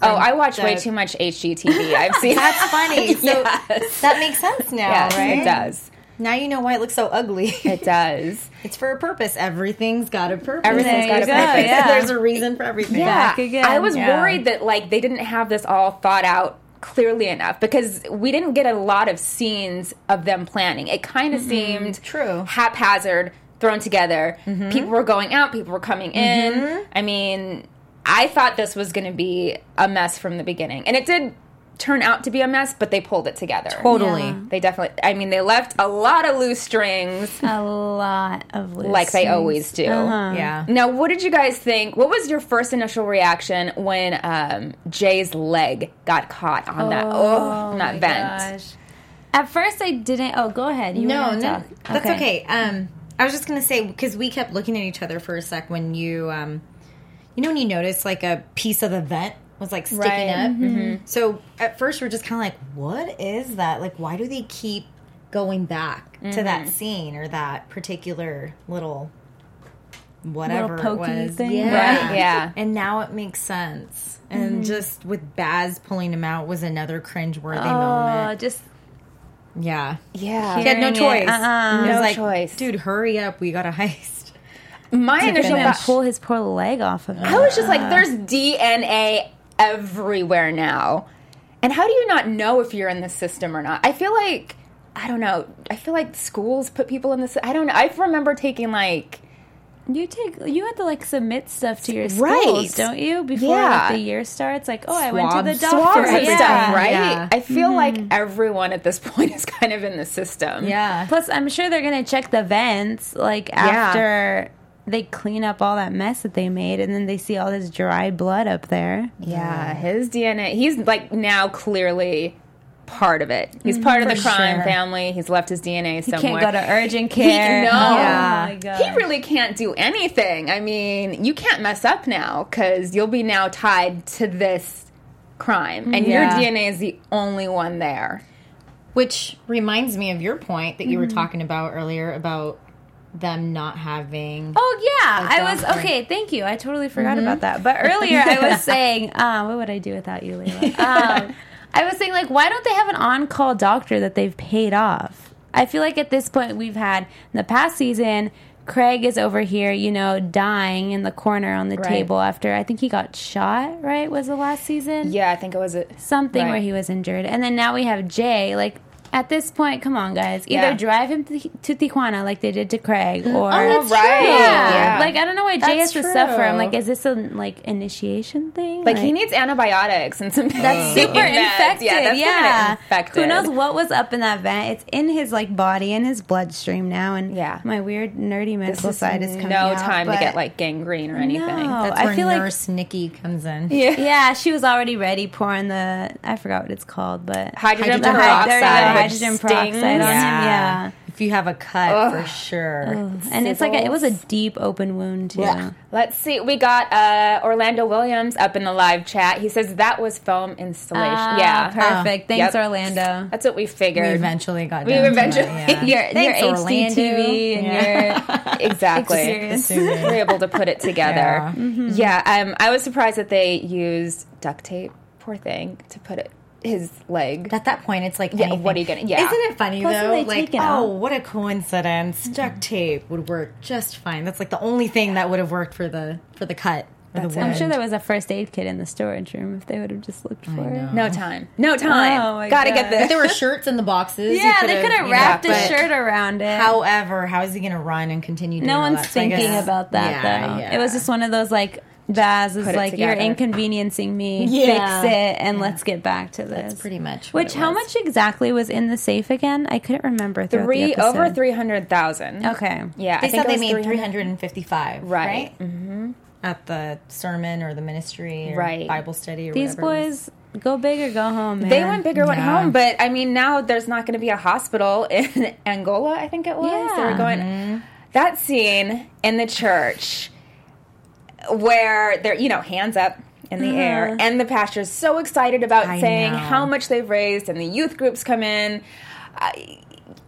[SPEAKER 3] Oh, I watch way too much HGTV. I've seen
[SPEAKER 5] That's
[SPEAKER 3] that.
[SPEAKER 5] funny. So
[SPEAKER 3] Yes.
[SPEAKER 5] that makes sense now,
[SPEAKER 3] Yes,
[SPEAKER 5] right?
[SPEAKER 3] it does.
[SPEAKER 5] Now you know why it looks so ugly.
[SPEAKER 3] It does.
[SPEAKER 5] It's for a purpose. Everything's got a purpose.
[SPEAKER 3] Everything's
[SPEAKER 4] There
[SPEAKER 3] got a
[SPEAKER 4] you go,
[SPEAKER 3] purpose.
[SPEAKER 4] yeah.
[SPEAKER 5] There's a reason for everything.
[SPEAKER 3] Yeah,
[SPEAKER 4] back again.
[SPEAKER 3] I was
[SPEAKER 5] Yeah.
[SPEAKER 3] worried that like they didn't have this all thought out clearly enough because we didn't get a lot of scenes of them planning. It kind
[SPEAKER 4] Mm-hmm.
[SPEAKER 3] of seemed
[SPEAKER 5] True.
[SPEAKER 3] haphazard, thrown together. People were going out, people were coming in. I mean, I thought this was going to be a mess from the beginning, and it did turn out to be a mess. But they pulled it together.
[SPEAKER 5] Totally.
[SPEAKER 4] Yeah.
[SPEAKER 3] They definitely. I mean, they left a lot of loose strings,
[SPEAKER 4] A lot of loose
[SPEAKER 3] like they
[SPEAKER 4] strings.
[SPEAKER 3] always do.
[SPEAKER 4] Uh-huh.
[SPEAKER 5] Yeah.
[SPEAKER 3] Now, what did you guys think? What was your first initial reaction when um, Jay's leg got caught on that oh, on that vent?
[SPEAKER 4] Gosh. At first, I didn't. Oh, go ahead. You
[SPEAKER 5] No,
[SPEAKER 4] were
[SPEAKER 5] no,
[SPEAKER 4] gonna talk.
[SPEAKER 5] that's okay. Um, I was just gonna say because we kept looking at each other for a sec when you, um, you know, when you notice like a piece of the vent was like sticking
[SPEAKER 3] Right.
[SPEAKER 5] up. So at first we're just kind of like, what is that? Like, why do they keep going back to that scene or that particular little whatever
[SPEAKER 4] pokey
[SPEAKER 5] it was?
[SPEAKER 4] thing?
[SPEAKER 5] Yeah.
[SPEAKER 3] Right, yeah.
[SPEAKER 5] And now it makes sense. And just with Baz pulling him out was another cringeworthy
[SPEAKER 4] Oh,
[SPEAKER 5] moment.
[SPEAKER 4] just
[SPEAKER 5] Yeah.
[SPEAKER 3] Yeah.
[SPEAKER 5] He had no
[SPEAKER 4] Hearing
[SPEAKER 5] choice.
[SPEAKER 4] it, uh-uh.
[SPEAKER 5] He was
[SPEAKER 3] No
[SPEAKER 5] like,
[SPEAKER 3] choice.
[SPEAKER 5] Dude, hurry up. We got a heist.
[SPEAKER 3] My initial
[SPEAKER 4] gonna
[SPEAKER 3] thought,
[SPEAKER 4] pull his poor leg off of him.
[SPEAKER 3] I was just like, "There's DNA everywhere now," and how do you not know if you're in the system or not? I feel like I don't know. I feel like schools put people in this. I don't know. I remember taking like
[SPEAKER 4] You take you had to like submit stuff to your schools,
[SPEAKER 3] Right.
[SPEAKER 4] don't you? Before
[SPEAKER 3] Yeah.
[SPEAKER 4] like, the year starts, like oh, I went to the
[SPEAKER 5] Swabs.
[SPEAKER 4] doctor. Mm-hmm.
[SPEAKER 3] swabs and
[SPEAKER 4] yeah.
[SPEAKER 3] stuff, right?
[SPEAKER 5] Yeah.
[SPEAKER 3] I feel like everyone at this point is kind of in the system.
[SPEAKER 5] Yeah.
[SPEAKER 4] Plus, I'm sure they're gonna check the vents like after they clean up all that mess that they made, and then they see all this dry blood up there.
[SPEAKER 3] Yeah, his DNA. He's like now clearly part of it. He's part of the crime
[SPEAKER 5] Mm-hmm. sure.
[SPEAKER 3] family. He's left his DNA
[SPEAKER 4] You
[SPEAKER 3] somewhere.
[SPEAKER 4] can't go to urgent
[SPEAKER 3] He-
[SPEAKER 4] care.
[SPEAKER 3] no.
[SPEAKER 4] Oh
[SPEAKER 5] Yeah.
[SPEAKER 4] my god.
[SPEAKER 3] He really can't do anything. I mean, you can't mess up now because you'll be now tied to this crime, and
[SPEAKER 5] Yeah.
[SPEAKER 3] your DNA is the only one there.
[SPEAKER 5] Mm-hmm. Which reminds me of your point that you were talking about earlier about them not having.
[SPEAKER 4] Oh yeah,
[SPEAKER 5] A
[SPEAKER 4] I was
[SPEAKER 5] doctor.
[SPEAKER 4] okay. Thank you. I totally forgot
[SPEAKER 3] Mm-hmm.
[SPEAKER 4] about that. But earlier I was saying, uh, what would I do without you, Layla? Um, I was saying like, why don't they have an on-call doctor that they've paid off? I feel like at this point we've had in the past season. Craig is over here, you know, dying in the corner on the table after I think he got shot. Right? Was the last season?
[SPEAKER 3] Yeah, I think it was it.
[SPEAKER 4] something
[SPEAKER 3] Right.
[SPEAKER 4] where he was injured. And then now we have Jay. Like, at this point, come on, guys. Either
[SPEAKER 3] Yeah. Mm-hmm.
[SPEAKER 4] drive him to, to Tijuana like they did to Craig
[SPEAKER 3] Oh,
[SPEAKER 4] or.
[SPEAKER 3] that's right. true.
[SPEAKER 4] Yeah.
[SPEAKER 3] Yeah.
[SPEAKER 4] Like, I don't know why Jay
[SPEAKER 3] That's
[SPEAKER 4] has to suffer. I'm
[SPEAKER 3] true.
[SPEAKER 4] like, is this a like initiation thing?
[SPEAKER 3] Like, he needs antibiotics and some. That's
[SPEAKER 4] Super infected,
[SPEAKER 3] Yeah,
[SPEAKER 4] yeah.
[SPEAKER 3] that's kinda infected.
[SPEAKER 4] Who knows what was up in that vent? It's in his like body, in his bloodstream now, and
[SPEAKER 3] Yeah.
[SPEAKER 4] my weird nerdy mental side is coming
[SPEAKER 3] no
[SPEAKER 4] out.
[SPEAKER 3] time to
[SPEAKER 4] but-
[SPEAKER 3] get like gangrene or anything.
[SPEAKER 4] No,
[SPEAKER 5] That's where
[SPEAKER 4] I feel like
[SPEAKER 5] Nurse Nikki comes in.
[SPEAKER 4] yeah, she was already ready pouring the I forgot what it's called, but
[SPEAKER 3] Hydrogen
[SPEAKER 4] The hy- there you go,
[SPEAKER 3] peroxide, which
[SPEAKER 4] hydrogen
[SPEAKER 3] stings.
[SPEAKER 4] peroxide on him. Yeah,
[SPEAKER 5] If you have a cut, for sure.
[SPEAKER 4] and it's like a, it was a deep open wound too.
[SPEAKER 5] Yeah.
[SPEAKER 3] Let's see. We got uh, Orlando Williams up in the live chat. He says that was film installation.
[SPEAKER 4] Ah,
[SPEAKER 3] yeah,
[SPEAKER 4] perfect. Thanks,
[SPEAKER 3] Yep.
[SPEAKER 4] Orlando.
[SPEAKER 3] That's what we figured.
[SPEAKER 5] We eventually got.
[SPEAKER 3] We
[SPEAKER 5] down to
[SPEAKER 3] eventually-
[SPEAKER 5] that, yeah.
[SPEAKER 4] Your, your
[SPEAKER 5] Thanks, Orlando.
[SPEAKER 4] HDTV and
[SPEAKER 3] exactly.
[SPEAKER 4] your experience.
[SPEAKER 3] We're able to put it together. Yeah,
[SPEAKER 5] Yeah.
[SPEAKER 3] um, I was surprised that they used duct tape. Poor thing to put it his leg.
[SPEAKER 5] At that point, it's like,
[SPEAKER 3] Yeah,
[SPEAKER 5] anything.
[SPEAKER 3] what are you gonna- yeah.
[SPEAKER 5] Isn't it funny
[SPEAKER 4] Plus,
[SPEAKER 5] though?
[SPEAKER 4] they
[SPEAKER 5] Like,
[SPEAKER 4] take it
[SPEAKER 5] oh,
[SPEAKER 4] out. Mm-hmm.
[SPEAKER 5] what a coincidence! Duct tape would work just fine. That's like the only thing that would have worked for the for the cut. Or the
[SPEAKER 4] I'm
[SPEAKER 5] wound.
[SPEAKER 4] sure there was a first aid kit in the storage room if they would have just looked for it.
[SPEAKER 3] No time. No time.
[SPEAKER 4] Oh, my
[SPEAKER 3] Gotta
[SPEAKER 4] God.
[SPEAKER 3] get
[SPEAKER 5] But
[SPEAKER 3] this.
[SPEAKER 5] there were shirts in the boxes. You
[SPEAKER 4] Yeah, they could
[SPEAKER 5] you
[SPEAKER 4] have
[SPEAKER 5] know,
[SPEAKER 4] wrapped a
[SPEAKER 5] but
[SPEAKER 4] shirt around it.
[SPEAKER 5] However, how is he going to run and continue? doing
[SPEAKER 4] no
[SPEAKER 5] all
[SPEAKER 4] one's
[SPEAKER 5] that? So I
[SPEAKER 4] thinking
[SPEAKER 5] guess-
[SPEAKER 4] about that
[SPEAKER 5] Yeah,
[SPEAKER 4] though.
[SPEAKER 5] yeah.
[SPEAKER 4] It was just one of those like Baz is
[SPEAKER 3] Put it
[SPEAKER 4] like you're
[SPEAKER 3] together.
[SPEAKER 4] inconveniencing me.
[SPEAKER 5] Yeah.
[SPEAKER 4] Fix it and let's get back to this.
[SPEAKER 5] That's pretty much. what
[SPEAKER 4] Which
[SPEAKER 5] it
[SPEAKER 4] how
[SPEAKER 5] was.
[SPEAKER 4] much exactly was in the safe again? I couldn't remember. throughout
[SPEAKER 3] Three
[SPEAKER 4] the
[SPEAKER 3] over
[SPEAKER 4] episode.
[SPEAKER 3] three hundred thousand.
[SPEAKER 4] Okay.
[SPEAKER 3] Yeah,
[SPEAKER 5] They
[SPEAKER 3] I think
[SPEAKER 5] said
[SPEAKER 3] it
[SPEAKER 5] they
[SPEAKER 3] was
[SPEAKER 5] made
[SPEAKER 3] 300
[SPEAKER 5] 355,
[SPEAKER 3] Right.
[SPEAKER 5] right? Mm-hmm. At the sermon or the ministry or
[SPEAKER 3] Right.
[SPEAKER 5] Bible study or
[SPEAKER 4] These
[SPEAKER 5] whatever it was.
[SPEAKER 4] boys go big or go home. Man.
[SPEAKER 3] They went bigger, went
[SPEAKER 5] Yeah.
[SPEAKER 3] home, but I mean, now there's not going to be a hospital in Angola. I think it was. They were
[SPEAKER 4] Yeah.
[SPEAKER 3] going
[SPEAKER 5] Mm-hmm.
[SPEAKER 3] that scene in the church where they're you know hands up in the air, and the pastor's so excited about
[SPEAKER 5] Mm-hmm. I
[SPEAKER 3] saying
[SPEAKER 5] know.
[SPEAKER 3] how much they've raised, and the youth groups come in. I,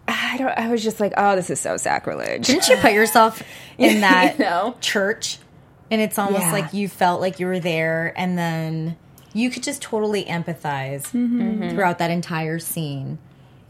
[SPEAKER 3] I don't. I was just like, oh, this is so sacrilege.
[SPEAKER 5] Didn't you put yourself in that
[SPEAKER 3] You know?
[SPEAKER 5] church? And it's almost
[SPEAKER 3] Yeah.
[SPEAKER 5] like you felt like you were there, and then you could just totally empathize throughout that entire scene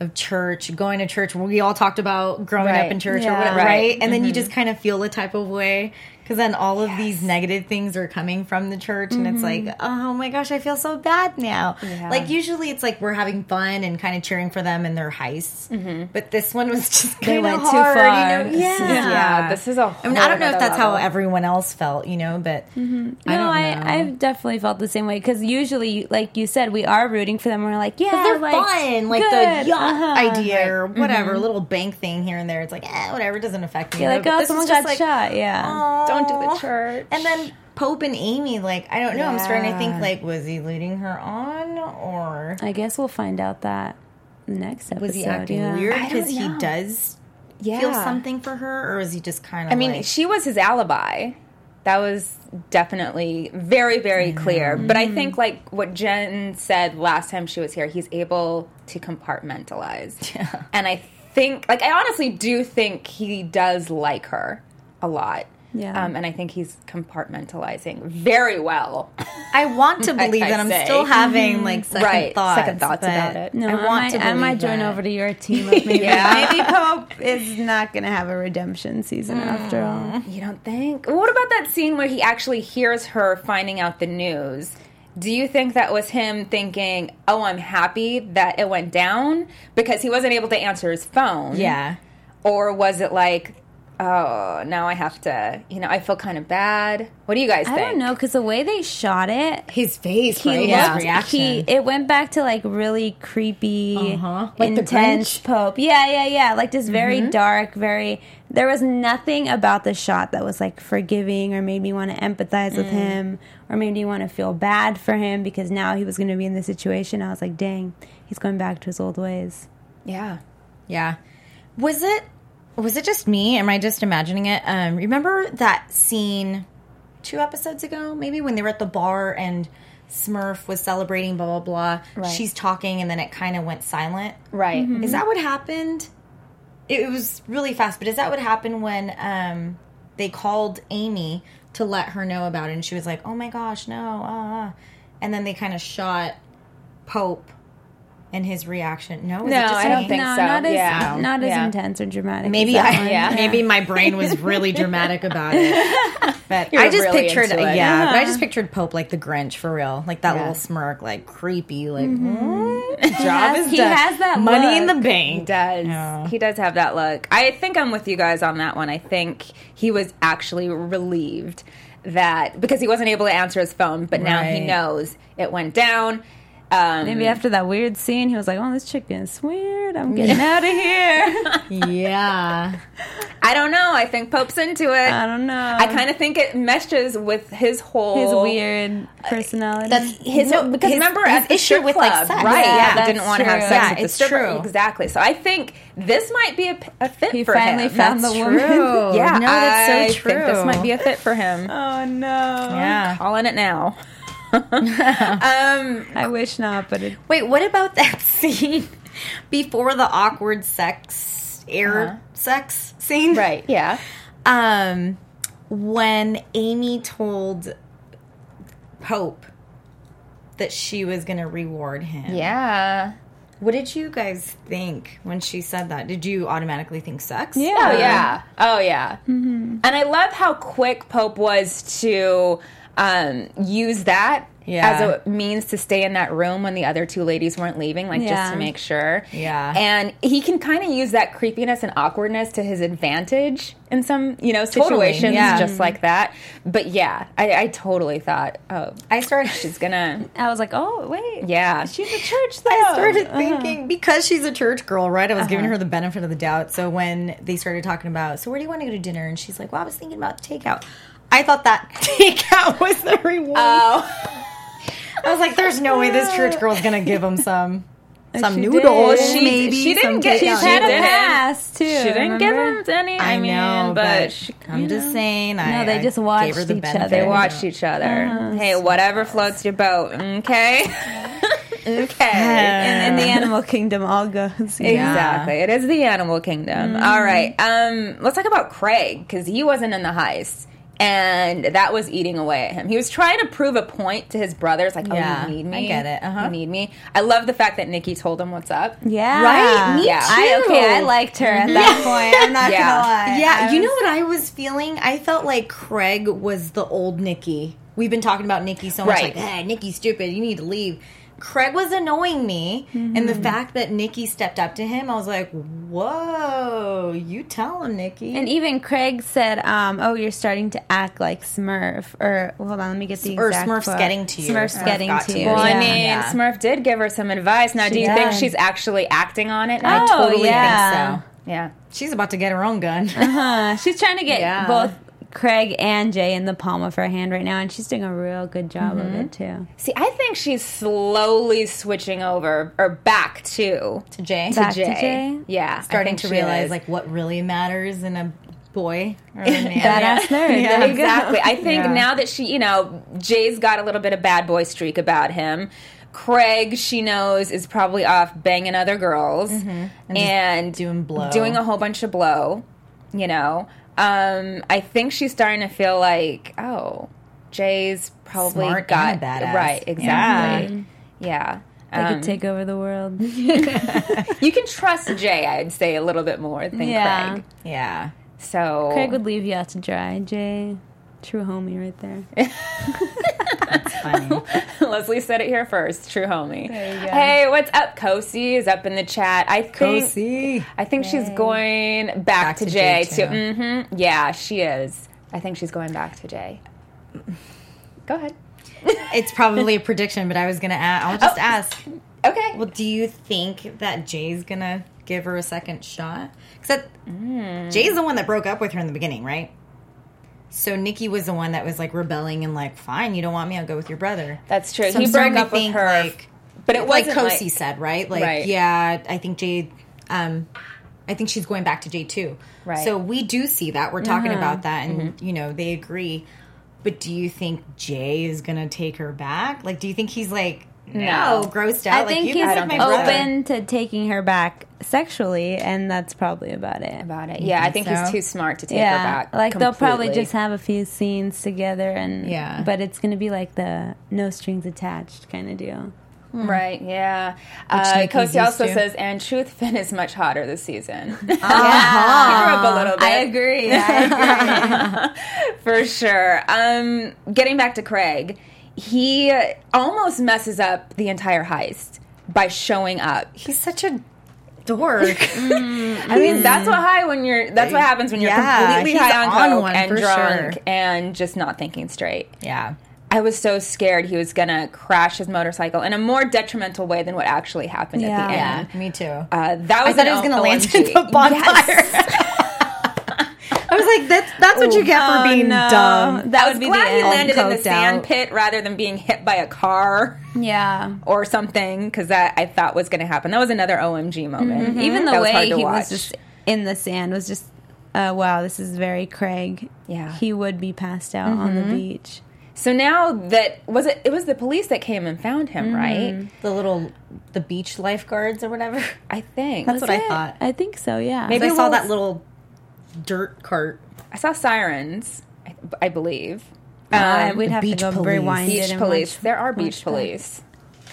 [SPEAKER 5] of church, going to church. We all talked about growing
[SPEAKER 3] Right.
[SPEAKER 5] up in church or
[SPEAKER 4] Yeah.
[SPEAKER 5] whatever,
[SPEAKER 4] Right.
[SPEAKER 5] right? And then you just kind of feel the type of way. Because then all of these negative things are coming from the church, and it's like, oh my gosh, I feel so bad now. Like, usually it's like we're having fun and kind of cheering for them in their heists. But this one was just kind
[SPEAKER 4] went
[SPEAKER 5] of
[SPEAKER 4] too
[SPEAKER 5] hard. you
[SPEAKER 4] far.
[SPEAKER 5] know?
[SPEAKER 4] This is-
[SPEAKER 5] Yeah.
[SPEAKER 3] Yeah, this is a.
[SPEAKER 5] I mean, I don't know if
[SPEAKER 3] whole
[SPEAKER 5] that's
[SPEAKER 3] other
[SPEAKER 5] how
[SPEAKER 3] level.
[SPEAKER 5] everyone else felt, you know, but I
[SPEAKER 4] No,
[SPEAKER 5] don't
[SPEAKER 4] I,
[SPEAKER 5] know.
[SPEAKER 4] I've definitely felt the same way because usually, like you said, we are rooting for them. We're like, yeah,
[SPEAKER 5] they're
[SPEAKER 4] like,
[SPEAKER 5] fun, like
[SPEAKER 4] good,
[SPEAKER 5] the yacht
[SPEAKER 4] uh-huh.
[SPEAKER 5] idea or whatever, little bank thing here and there. It's like, eh, whatever, it doesn't affect me.
[SPEAKER 4] You're
[SPEAKER 5] though.
[SPEAKER 4] like,
[SPEAKER 5] But
[SPEAKER 4] oh,
[SPEAKER 5] this is
[SPEAKER 4] someone
[SPEAKER 5] just
[SPEAKER 4] got
[SPEAKER 5] like, oh.
[SPEAKER 4] shot. Yeah.
[SPEAKER 3] Don't do the
[SPEAKER 5] "Aw."
[SPEAKER 3] church.
[SPEAKER 5] And then Pope and Amy, like, I don't know. I'm starting to think,
[SPEAKER 3] Yeah.
[SPEAKER 5] like, was he leading her on or
[SPEAKER 4] I guess we'll find out that next episode.
[SPEAKER 5] was he acting
[SPEAKER 4] yeah.
[SPEAKER 5] weird
[SPEAKER 3] I don't
[SPEAKER 5] because he
[SPEAKER 3] know.
[SPEAKER 5] does
[SPEAKER 3] yeah.
[SPEAKER 5] feel something for her, or was he just kind of?
[SPEAKER 3] I mean, she was his alibi. That was definitely very, very clear. But I think, like what Jen said last time she was here, he's able to compartmentalize. And I think, like, I honestly do think he does like her a lot.
[SPEAKER 4] Yeah.
[SPEAKER 3] Um, and I think he's compartmentalizing very well.
[SPEAKER 5] I want to believe
[SPEAKER 3] I
[SPEAKER 5] that I'm
[SPEAKER 3] say.
[SPEAKER 5] still having like second
[SPEAKER 3] Right,
[SPEAKER 5] thoughts,
[SPEAKER 3] second thoughts
[SPEAKER 5] but
[SPEAKER 3] about it.
[SPEAKER 4] No,
[SPEAKER 5] I want
[SPEAKER 4] might,
[SPEAKER 5] to.
[SPEAKER 4] I might
[SPEAKER 5] believe
[SPEAKER 4] join
[SPEAKER 5] that.
[SPEAKER 4] over to your team of maybe.
[SPEAKER 3] Yeah.
[SPEAKER 4] Maybe Pope is not going to have a redemption season
[SPEAKER 5] Mm.
[SPEAKER 4] after all.
[SPEAKER 3] You don't think? What about that scene where he actually hears her finding out the news? Do you think that was him thinking, "Oh, I'm happy that it went down" because he wasn't able to answer his phone?
[SPEAKER 5] Yeah.
[SPEAKER 3] Or was it like, "Oh, now I have to," you know, I feel kind of bad. What do you guys
[SPEAKER 4] I
[SPEAKER 3] think?
[SPEAKER 4] don't know because the way they shot it,
[SPEAKER 5] His face,
[SPEAKER 4] he
[SPEAKER 5] right?
[SPEAKER 4] looked,
[SPEAKER 5] His reaction.
[SPEAKER 4] he it went back to like really creepy,
[SPEAKER 5] Uh-huh. Like the
[SPEAKER 4] intense
[SPEAKER 5] Grinch? Mm-hmm.
[SPEAKER 4] Pope. Yeah, yeah, yeah. Like this very dark, very. There was nothing about the shot that was like forgiving or made me want to empathize with
[SPEAKER 3] Mm.
[SPEAKER 4] him or made me want to feel bad for him because now he was going to be in this situation. I was like, dang, he's going back to his old ways.
[SPEAKER 3] Yeah.
[SPEAKER 5] Yeah. Was it was it just me? Am I just imagining it? Um remember that scene two episodes ago, maybe when they were at the bar and Smurf was celebrating blah blah blah.
[SPEAKER 3] Right. Mm-hmm.
[SPEAKER 5] She's talking and then it kind of went silent.
[SPEAKER 3] Right.
[SPEAKER 5] Is that what happened? it was really fast. But is that what happened when um, they called Amy to let her know about it? And she was like, "Oh my gosh, no!" Uh, uh." and then they kind of shot Pope and his reaction. No, was it
[SPEAKER 3] No,
[SPEAKER 5] just
[SPEAKER 3] Oh, I don't
[SPEAKER 5] me?
[SPEAKER 3] think
[SPEAKER 4] no,
[SPEAKER 3] so.
[SPEAKER 4] Not as,
[SPEAKER 3] Yeah.
[SPEAKER 4] not as
[SPEAKER 3] Yeah.
[SPEAKER 4] intense or dramatic.
[SPEAKER 5] Maybe
[SPEAKER 4] as that
[SPEAKER 5] I,
[SPEAKER 4] one.
[SPEAKER 5] yeah. maybe my brain was really dramatic about it. But
[SPEAKER 3] were
[SPEAKER 5] I just
[SPEAKER 3] really
[SPEAKER 5] pictured,
[SPEAKER 3] into it.
[SPEAKER 5] yeah, but I just pictured Pope like the Grinch for real, like that
[SPEAKER 3] Yeah.
[SPEAKER 5] little smirk, like creepy, like "Mm, job
[SPEAKER 4] has-
[SPEAKER 5] is
[SPEAKER 4] he
[SPEAKER 5] done.
[SPEAKER 4] has that
[SPEAKER 5] money in the
[SPEAKER 4] look.
[SPEAKER 5] bank.
[SPEAKER 3] He does.
[SPEAKER 5] Yeah.
[SPEAKER 3] He does have that look. I think I'm with you guys on that one. I think he was actually relieved that because he wasn't able to answer his phone, but now he
[SPEAKER 5] Right.
[SPEAKER 3] knows it went down. Um,
[SPEAKER 4] Maybe after that weird scene, he was like, "Oh, this chicken is weird. I'm getting out of here."
[SPEAKER 5] yeah,
[SPEAKER 3] I don't know. I think Pope's into it.
[SPEAKER 4] I don't know.
[SPEAKER 3] I kind of think it meshes with his whole
[SPEAKER 4] his weird personality.
[SPEAKER 3] his
[SPEAKER 5] No,
[SPEAKER 3] because
[SPEAKER 5] his-
[SPEAKER 3] remember
[SPEAKER 5] his
[SPEAKER 3] at the
[SPEAKER 5] issue
[SPEAKER 3] strip
[SPEAKER 5] with, like,
[SPEAKER 3] club,
[SPEAKER 5] sex.
[SPEAKER 3] right?
[SPEAKER 5] Yeah,
[SPEAKER 3] Yeah,
[SPEAKER 5] that's
[SPEAKER 3] didn't want to have
[SPEAKER 4] true.
[SPEAKER 3] sex
[SPEAKER 5] Yeah,
[SPEAKER 3] with the
[SPEAKER 5] it's
[SPEAKER 3] stripper
[SPEAKER 5] true.
[SPEAKER 3] exactly. So I think this might be a, p- a fit
[SPEAKER 4] He
[SPEAKER 3] for
[SPEAKER 4] finally
[SPEAKER 3] him.
[SPEAKER 4] found
[SPEAKER 5] That's
[SPEAKER 4] the woman.
[SPEAKER 5] true.
[SPEAKER 3] yeah,
[SPEAKER 5] no, that's
[SPEAKER 3] I
[SPEAKER 5] so true.
[SPEAKER 3] Think this might be a fit for him.
[SPEAKER 4] Oh no!
[SPEAKER 5] yeah.
[SPEAKER 3] Calling it now.
[SPEAKER 4] I wish not, but it,
[SPEAKER 5] Wait, what about that scene before the awkward sex air sex scene?
[SPEAKER 3] Right. Yeah.
[SPEAKER 5] Um, when Amy told Pope that she was going to reward him.
[SPEAKER 3] Yeah.
[SPEAKER 5] What did you guys think when she said that? Did you automatically think sex?
[SPEAKER 3] Oh yeah. Oh yeah.
[SPEAKER 5] Mm-hmm.
[SPEAKER 3] And I love how quick Pope was to um, use that
[SPEAKER 5] Yeah.
[SPEAKER 3] as a means to stay in that room when the other two ladies weren't leaving, like just
[SPEAKER 4] Yeah.
[SPEAKER 3] to make sure.
[SPEAKER 5] Yeah.
[SPEAKER 3] And he can kind of use that creepiness and awkwardness to his advantage in some, you know, situations
[SPEAKER 5] yeah.
[SPEAKER 3] just like that. But yeah, I, I totally thought, oh,
[SPEAKER 5] I started.
[SPEAKER 3] she's gonna,
[SPEAKER 4] I was like, "Oh wait,
[SPEAKER 3] yeah.
[SPEAKER 4] she's a church." Though.
[SPEAKER 5] I started thinking because she's a church girl, right? I was giving her the benefit of the doubt. So when they started talking about, so where do you want to go to dinner? And she's like, well, I was thinking about takeout. I thought that takeout was the reward. Oh. I was like, there's no way this church girl's gonna give him some some
[SPEAKER 4] she
[SPEAKER 5] noodles.
[SPEAKER 3] She-
[SPEAKER 4] did.
[SPEAKER 3] she didn't
[SPEAKER 5] some
[SPEAKER 3] get-
[SPEAKER 5] takeout.
[SPEAKER 3] she
[SPEAKER 4] had a
[SPEAKER 3] didn't.
[SPEAKER 4] pass too.
[SPEAKER 3] She didn't give him any. I,
[SPEAKER 5] I
[SPEAKER 3] mean,
[SPEAKER 5] know,
[SPEAKER 3] but,
[SPEAKER 5] but
[SPEAKER 3] she,
[SPEAKER 5] I'm just saying. No, I,
[SPEAKER 4] they just
[SPEAKER 5] I
[SPEAKER 4] watched
[SPEAKER 5] gave her the
[SPEAKER 4] each
[SPEAKER 5] benefit.
[SPEAKER 4] other.
[SPEAKER 3] They watched each other.
[SPEAKER 5] Ah,
[SPEAKER 3] hey, whatever floats your boat, okay? okay.
[SPEAKER 4] And in the animal kingdom, all goes. Yeah.
[SPEAKER 3] Exactly. It is the animal kingdom.
[SPEAKER 5] Mm-hmm.
[SPEAKER 3] All right. Um, let's talk about Craig because he wasn't in the heist. And that was eating away at him. He was trying to prove a point to his brothers, like,
[SPEAKER 5] Yeah,
[SPEAKER 3] "Oh, you need
[SPEAKER 5] I
[SPEAKER 3] me.
[SPEAKER 5] get it. Uh-huh.
[SPEAKER 3] You need me." I love the fact that Nikki told him what's up.
[SPEAKER 4] Yeah.
[SPEAKER 5] Right? Me
[SPEAKER 4] yeah. I,
[SPEAKER 5] too.
[SPEAKER 4] okay, I liked her at that point. I'm not
[SPEAKER 3] Yeah.
[SPEAKER 4] gonna lie.
[SPEAKER 5] Yeah,
[SPEAKER 4] I
[SPEAKER 5] you
[SPEAKER 4] was-
[SPEAKER 5] know what I was feeling? I felt like Craig was the old Nikki. We've been talking about Nikki so much,
[SPEAKER 3] Right.
[SPEAKER 5] like, hey, Nikki's stupid. You need to leave. Craig was annoying me, and
[SPEAKER 3] Mm-hmm.
[SPEAKER 5] the fact that Nikki stepped up to him, I was like, whoa, you tell him, Nikki.
[SPEAKER 4] And even Craig said, um, "Oh, you're starting to act like Smurf." Or hold on, let me get the
[SPEAKER 5] Or
[SPEAKER 4] exact
[SPEAKER 5] Smurf's
[SPEAKER 4] quote.
[SPEAKER 5] getting to you.
[SPEAKER 4] Smurf's
[SPEAKER 5] Smurf
[SPEAKER 4] getting
[SPEAKER 5] got
[SPEAKER 4] to
[SPEAKER 5] to
[SPEAKER 4] you.
[SPEAKER 5] you.
[SPEAKER 3] Well, I
[SPEAKER 5] Yeah.
[SPEAKER 3] mean,
[SPEAKER 5] Yeah.
[SPEAKER 3] Smurf did give her some advice. Now, do you think
[SPEAKER 4] did.
[SPEAKER 3] she's actually acting on it?
[SPEAKER 5] I
[SPEAKER 4] Oh,
[SPEAKER 5] totally
[SPEAKER 4] yeah.
[SPEAKER 5] think so.
[SPEAKER 3] yeah.
[SPEAKER 5] She's about to get her own gun.
[SPEAKER 3] Uh-huh.
[SPEAKER 4] Uh, she's trying to get
[SPEAKER 5] Yeah.
[SPEAKER 4] both Craig and Jay in the palm of her hand right now, and she's doing a real good job of it
[SPEAKER 5] Mm-hmm.
[SPEAKER 4] too.
[SPEAKER 3] See, I think she's slowly switching over or back to
[SPEAKER 5] to Jay.
[SPEAKER 4] Back to Jay?
[SPEAKER 3] Yeah, I
[SPEAKER 5] Starting
[SPEAKER 3] think
[SPEAKER 5] to
[SPEAKER 3] she
[SPEAKER 5] realize,
[SPEAKER 3] is.
[SPEAKER 5] like, what really matters in a boy or a man.
[SPEAKER 4] Badass nerd.
[SPEAKER 5] Oh, Yeah.
[SPEAKER 4] There you go.
[SPEAKER 3] exactly. I think
[SPEAKER 5] Yeah.
[SPEAKER 3] now that she, you know, Jay's got a little bit of bad boy streak about him. Craig, she knows, is probably off banging other girls and,
[SPEAKER 5] Mm-hmm. doing blow.
[SPEAKER 3] doing a whole bunch of blow. You know, um, I think she's starting to feel like, oh, Jay's probably
[SPEAKER 5] Smart
[SPEAKER 3] got
[SPEAKER 5] and a badass.
[SPEAKER 3] right,
[SPEAKER 5] Yeah.
[SPEAKER 3] exactly, yeah.
[SPEAKER 4] I
[SPEAKER 3] Um,
[SPEAKER 4] could take over the world.
[SPEAKER 3] you can trust Jay, I'd say, a little bit more than
[SPEAKER 4] Yeah.
[SPEAKER 3] Craig.
[SPEAKER 5] Yeah.
[SPEAKER 3] So
[SPEAKER 4] Craig would leave you out to dry, Jay. True homie right there.
[SPEAKER 5] Funny.
[SPEAKER 3] Leslie said it here first. True homie. Hey, what's up? Kosi is up in the chat. I think
[SPEAKER 5] Kosi.
[SPEAKER 3] I think she's going back, to,
[SPEAKER 5] to
[SPEAKER 3] Jay,
[SPEAKER 5] Jay,
[SPEAKER 3] too.
[SPEAKER 5] too.
[SPEAKER 3] Mm-hmm. Yeah, she is. I think she's going back to Jay. Go ahead.
[SPEAKER 5] It's probably a prediction, but I was gonna ask. I'll
[SPEAKER 3] Oh.
[SPEAKER 5] just ask.
[SPEAKER 3] Okay.
[SPEAKER 5] Well, do you think that Jay's gonna give her a second shot? Because
[SPEAKER 3] Mm.
[SPEAKER 5] Jay's the one that broke up with her in the beginning, right? So Nikki was the one that was like rebelling and like, fine, you don't want me, I'll go with your brother.
[SPEAKER 3] That's true.
[SPEAKER 5] So
[SPEAKER 3] he broke
[SPEAKER 5] I'm starting to
[SPEAKER 3] up with
[SPEAKER 5] think,
[SPEAKER 3] her,
[SPEAKER 5] like-
[SPEAKER 3] but it
[SPEAKER 5] like
[SPEAKER 3] wasn't
[SPEAKER 5] Kosi said, right? Like,
[SPEAKER 3] Right.
[SPEAKER 5] yeah, I think Jade. Um, I think she's going back to J two.
[SPEAKER 3] Right.
[SPEAKER 5] So we do see that we're talking about that, and you know they agree. But do you think Jay is going to take her back? Like, do you think he's like no, grossed out.
[SPEAKER 4] I
[SPEAKER 5] Like,
[SPEAKER 4] think
[SPEAKER 5] you
[SPEAKER 4] he's
[SPEAKER 5] guys are my brother.
[SPEAKER 4] open to taking her back sexually, and that's probably about it.
[SPEAKER 3] about it. Yeah, I think he's
[SPEAKER 5] so?
[SPEAKER 3] too smart to take her
[SPEAKER 4] yeah,
[SPEAKER 3] back.
[SPEAKER 4] like they'll probably
[SPEAKER 3] completely.
[SPEAKER 4] just have a few scenes together, and
[SPEAKER 5] Yeah.
[SPEAKER 4] but it's gonna be like the no strings attached kind of deal.
[SPEAKER 3] right. Yeah, uh,
[SPEAKER 5] Nikki's
[SPEAKER 3] Kosi
[SPEAKER 5] used
[SPEAKER 3] also
[SPEAKER 5] to.
[SPEAKER 3] says, and Truth Finn is much hotter this season. yeah, he grew
[SPEAKER 5] Uh-huh.
[SPEAKER 3] up a little bit.
[SPEAKER 4] I agree. I agree.
[SPEAKER 3] for sure. Um, getting back to Craig, he almost messes up the entire heist by showing up.
[SPEAKER 5] He's such a dork.
[SPEAKER 3] I mean, that's what high when you're. That's what happens when you're
[SPEAKER 5] Yeah,
[SPEAKER 3] completely
[SPEAKER 5] he's
[SPEAKER 3] high on,
[SPEAKER 5] on
[SPEAKER 3] coke
[SPEAKER 5] one
[SPEAKER 3] and
[SPEAKER 5] for
[SPEAKER 3] drunk
[SPEAKER 5] sure.
[SPEAKER 3] and just not thinking straight.
[SPEAKER 5] yeah.
[SPEAKER 3] I was so scared he was gonna crash his motorcycle in a more detrimental way than what actually happened at the
[SPEAKER 4] Yeah.
[SPEAKER 3] end.
[SPEAKER 5] Me too.
[SPEAKER 3] Uh, that
[SPEAKER 5] I
[SPEAKER 3] was an
[SPEAKER 5] thought it was going to
[SPEAKER 3] O-
[SPEAKER 5] land
[SPEAKER 3] OMG.
[SPEAKER 5] into a bonfire.
[SPEAKER 3] Yes.
[SPEAKER 5] I was like, that's that's what you get for being dumb.
[SPEAKER 4] That
[SPEAKER 3] I was
[SPEAKER 4] would be
[SPEAKER 3] glad
[SPEAKER 4] the
[SPEAKER 3] he
[SPEAKER 4] end.
[SPEAKER 3] landed in the
[SPEAKER 5] Coked
[SPEAKER 3] sand
[SPEAKER 5] out.
[SPEAKER 3] pit rather than being hit by a car.
[SPEAKER 4] Yeah,
[SPEAKER 3] or something because that I thought was going to happen. That was another OMG moment.
[SPEAKER 4] even the
[SPEAKER 3] That
[SPEAKER 4] way
[SPEAKER 3] hard to
[SPEAKER 4] he
[SPEAKER 3] watch.
[SPEAKER 4] Mm-hmm. was just in the sand was just, uh, wow, this is very Craig.
[SPEAKER 3] Yeah. Mm-hmm.
[SPEAKER 4] he would be passed out on the beach.
[SPEAKER 3] So now that was it. It was the police that came and found him, right?
[SPEAKER 5] The little the beach lifeguards or whatever.
[SPEAKER 3] I think
[SPEAKER 5] That's
[SPEAKER 3] Was
[SPEAKER 5] what I
[SPEAKER 3] it?
[SPEAKER 5] thought.
[SPEAKER 4] I think so. Yeah,
[SPEAKER 3] Uh, Maybe-
[SPEAKER 5] I saw
[SPEAKER 3] we'll-
[SPEAKER 5] that little dirt cart.
[SPEAKER 3] I saw sirens. I, I believe
[SPEAKER 4] Uh,
[SPEAKER 3] Um,
[SPEAKER 4] we'd have to
[SPEAKER 5] beach
[SPEAKER 4] go
[SPEAKER 5] police.
[SPEAKER 4] rewind
[SPEAKER 3] beach
[SPEAKER 4] it and
[SPEAKER 3] police.
[SPEAKER 4] watch-
[SPEAKER 3] there are beach
[SPEAKER 4] watch back.
[SPEAKER 3] police.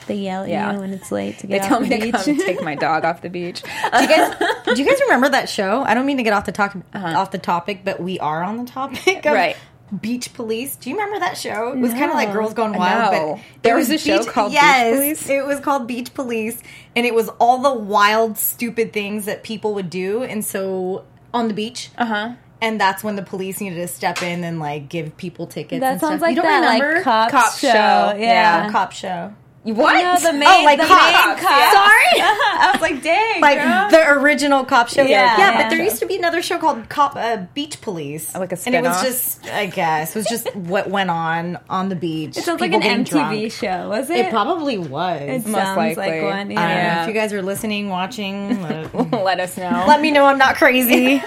[SPEAKER 4] They yell at
[SPEAKER 3] Yeah.
[SPEAKER 4] you when it's late to
[SPEAKER 3] They
[SPEAKER 4] get
[SPEAKER 3] tell
[SPEAKER 4] off
[SPEAKER 3] me
[SPEAKER 4] the
[SPEAKER 3] to
[SPEAKER 4] beach.
[SPEAKER 3] come take my dog off the beach.
[SPEAKER 5] Do you guys do you guys remember that show? I don't mean to get off the talk off the topic, but we are on the topic of
[SPEAKER 3] Right.
[SPEAKER 5] beach police. Do you remember that show? It was kind of like
[SPEAKER 4] No.
[SPEAKER 5] Girls Gone Wild,
[SPEAKER 3] No.
[SPEAKER 5] but
[SPEAKER 3] There
[SPEAKER 5] it
[SPEAKER 3] was a show called Beach Police?
[SPEAKER 5] It was called Beach Police, and it was all the wild, stupid things that people would do, and so on the beach. Uh huh. And that's when the police needed to step in and like give people tickets.
[SPEAKER 4] That
[SPEAKER 5] and
[SPEAKER 4] sounds
[SPEAKER 5] stuff.
[SPEAKER 4] like
[SPEAKER 5] you don't
[SPEAKER 4] that
[SPEAKER 5] remember
[SPEAKER 4] like cop,
[SPEAKER 3] Cop
[SPEAKER 4] show.
[SPEAKER 3] show.
[SPEAKER 4] Yeah.
[SPEAKER 3] Yeah.
[SPEAKER 5] cop show.
[SPEAKER 3] You- what?
[SPEAKER 4] No, the main,
[SPEAKER 5] Oh, like
[SPEAKER 4] the
[SPEAKER 5] cops.
[SPEAKER 4] main
[SPEAKER 3] Sorry.
[SPEAKER 4] cop. I was like, dang,
[SPEAKER 5] Like
[SPEAKER 4] girl.
[SPEAKER 5] the original cop show.
[SPEAKER 4] Yeah.
[SPEAKER 5] Yeah,
[SPEAKER 4] Yeah. Oh,
[SPEAKER 5] but there used to be another show called Cop uh, Beach Police.
[SPEAKER 3] Like a
[SPEAKER 5] And it was
[SPEAKER 3] spin-off?
[SPEAKER 5] just, I guess, it was just what went on on the beach.
[SPEAKER 4] It sounds like
[SPEAKER 5] people
[SPEAKER 4] an
[SPEAKER 5] getting
[SPEAKER 4] MTV
[SPEAKER 5] drunk.
[SPEAKER 4] show, was it?
[SPEAKER 5] It probably was.
[SPEAKER 4] It
[SPEAKER 5] I
[SPEAKER 4] sounds
[SPEAKER 3] likely.
[SPEAKER 4] like one.
[SPEAKER 5] don't
[SPEAKER 4] Yeah.
[SPEAKER 5] know if you guys are listening, watching, let,
[SPEAKER 3] Let us know.
[SPEAKER 5] let me know I'm not crazy.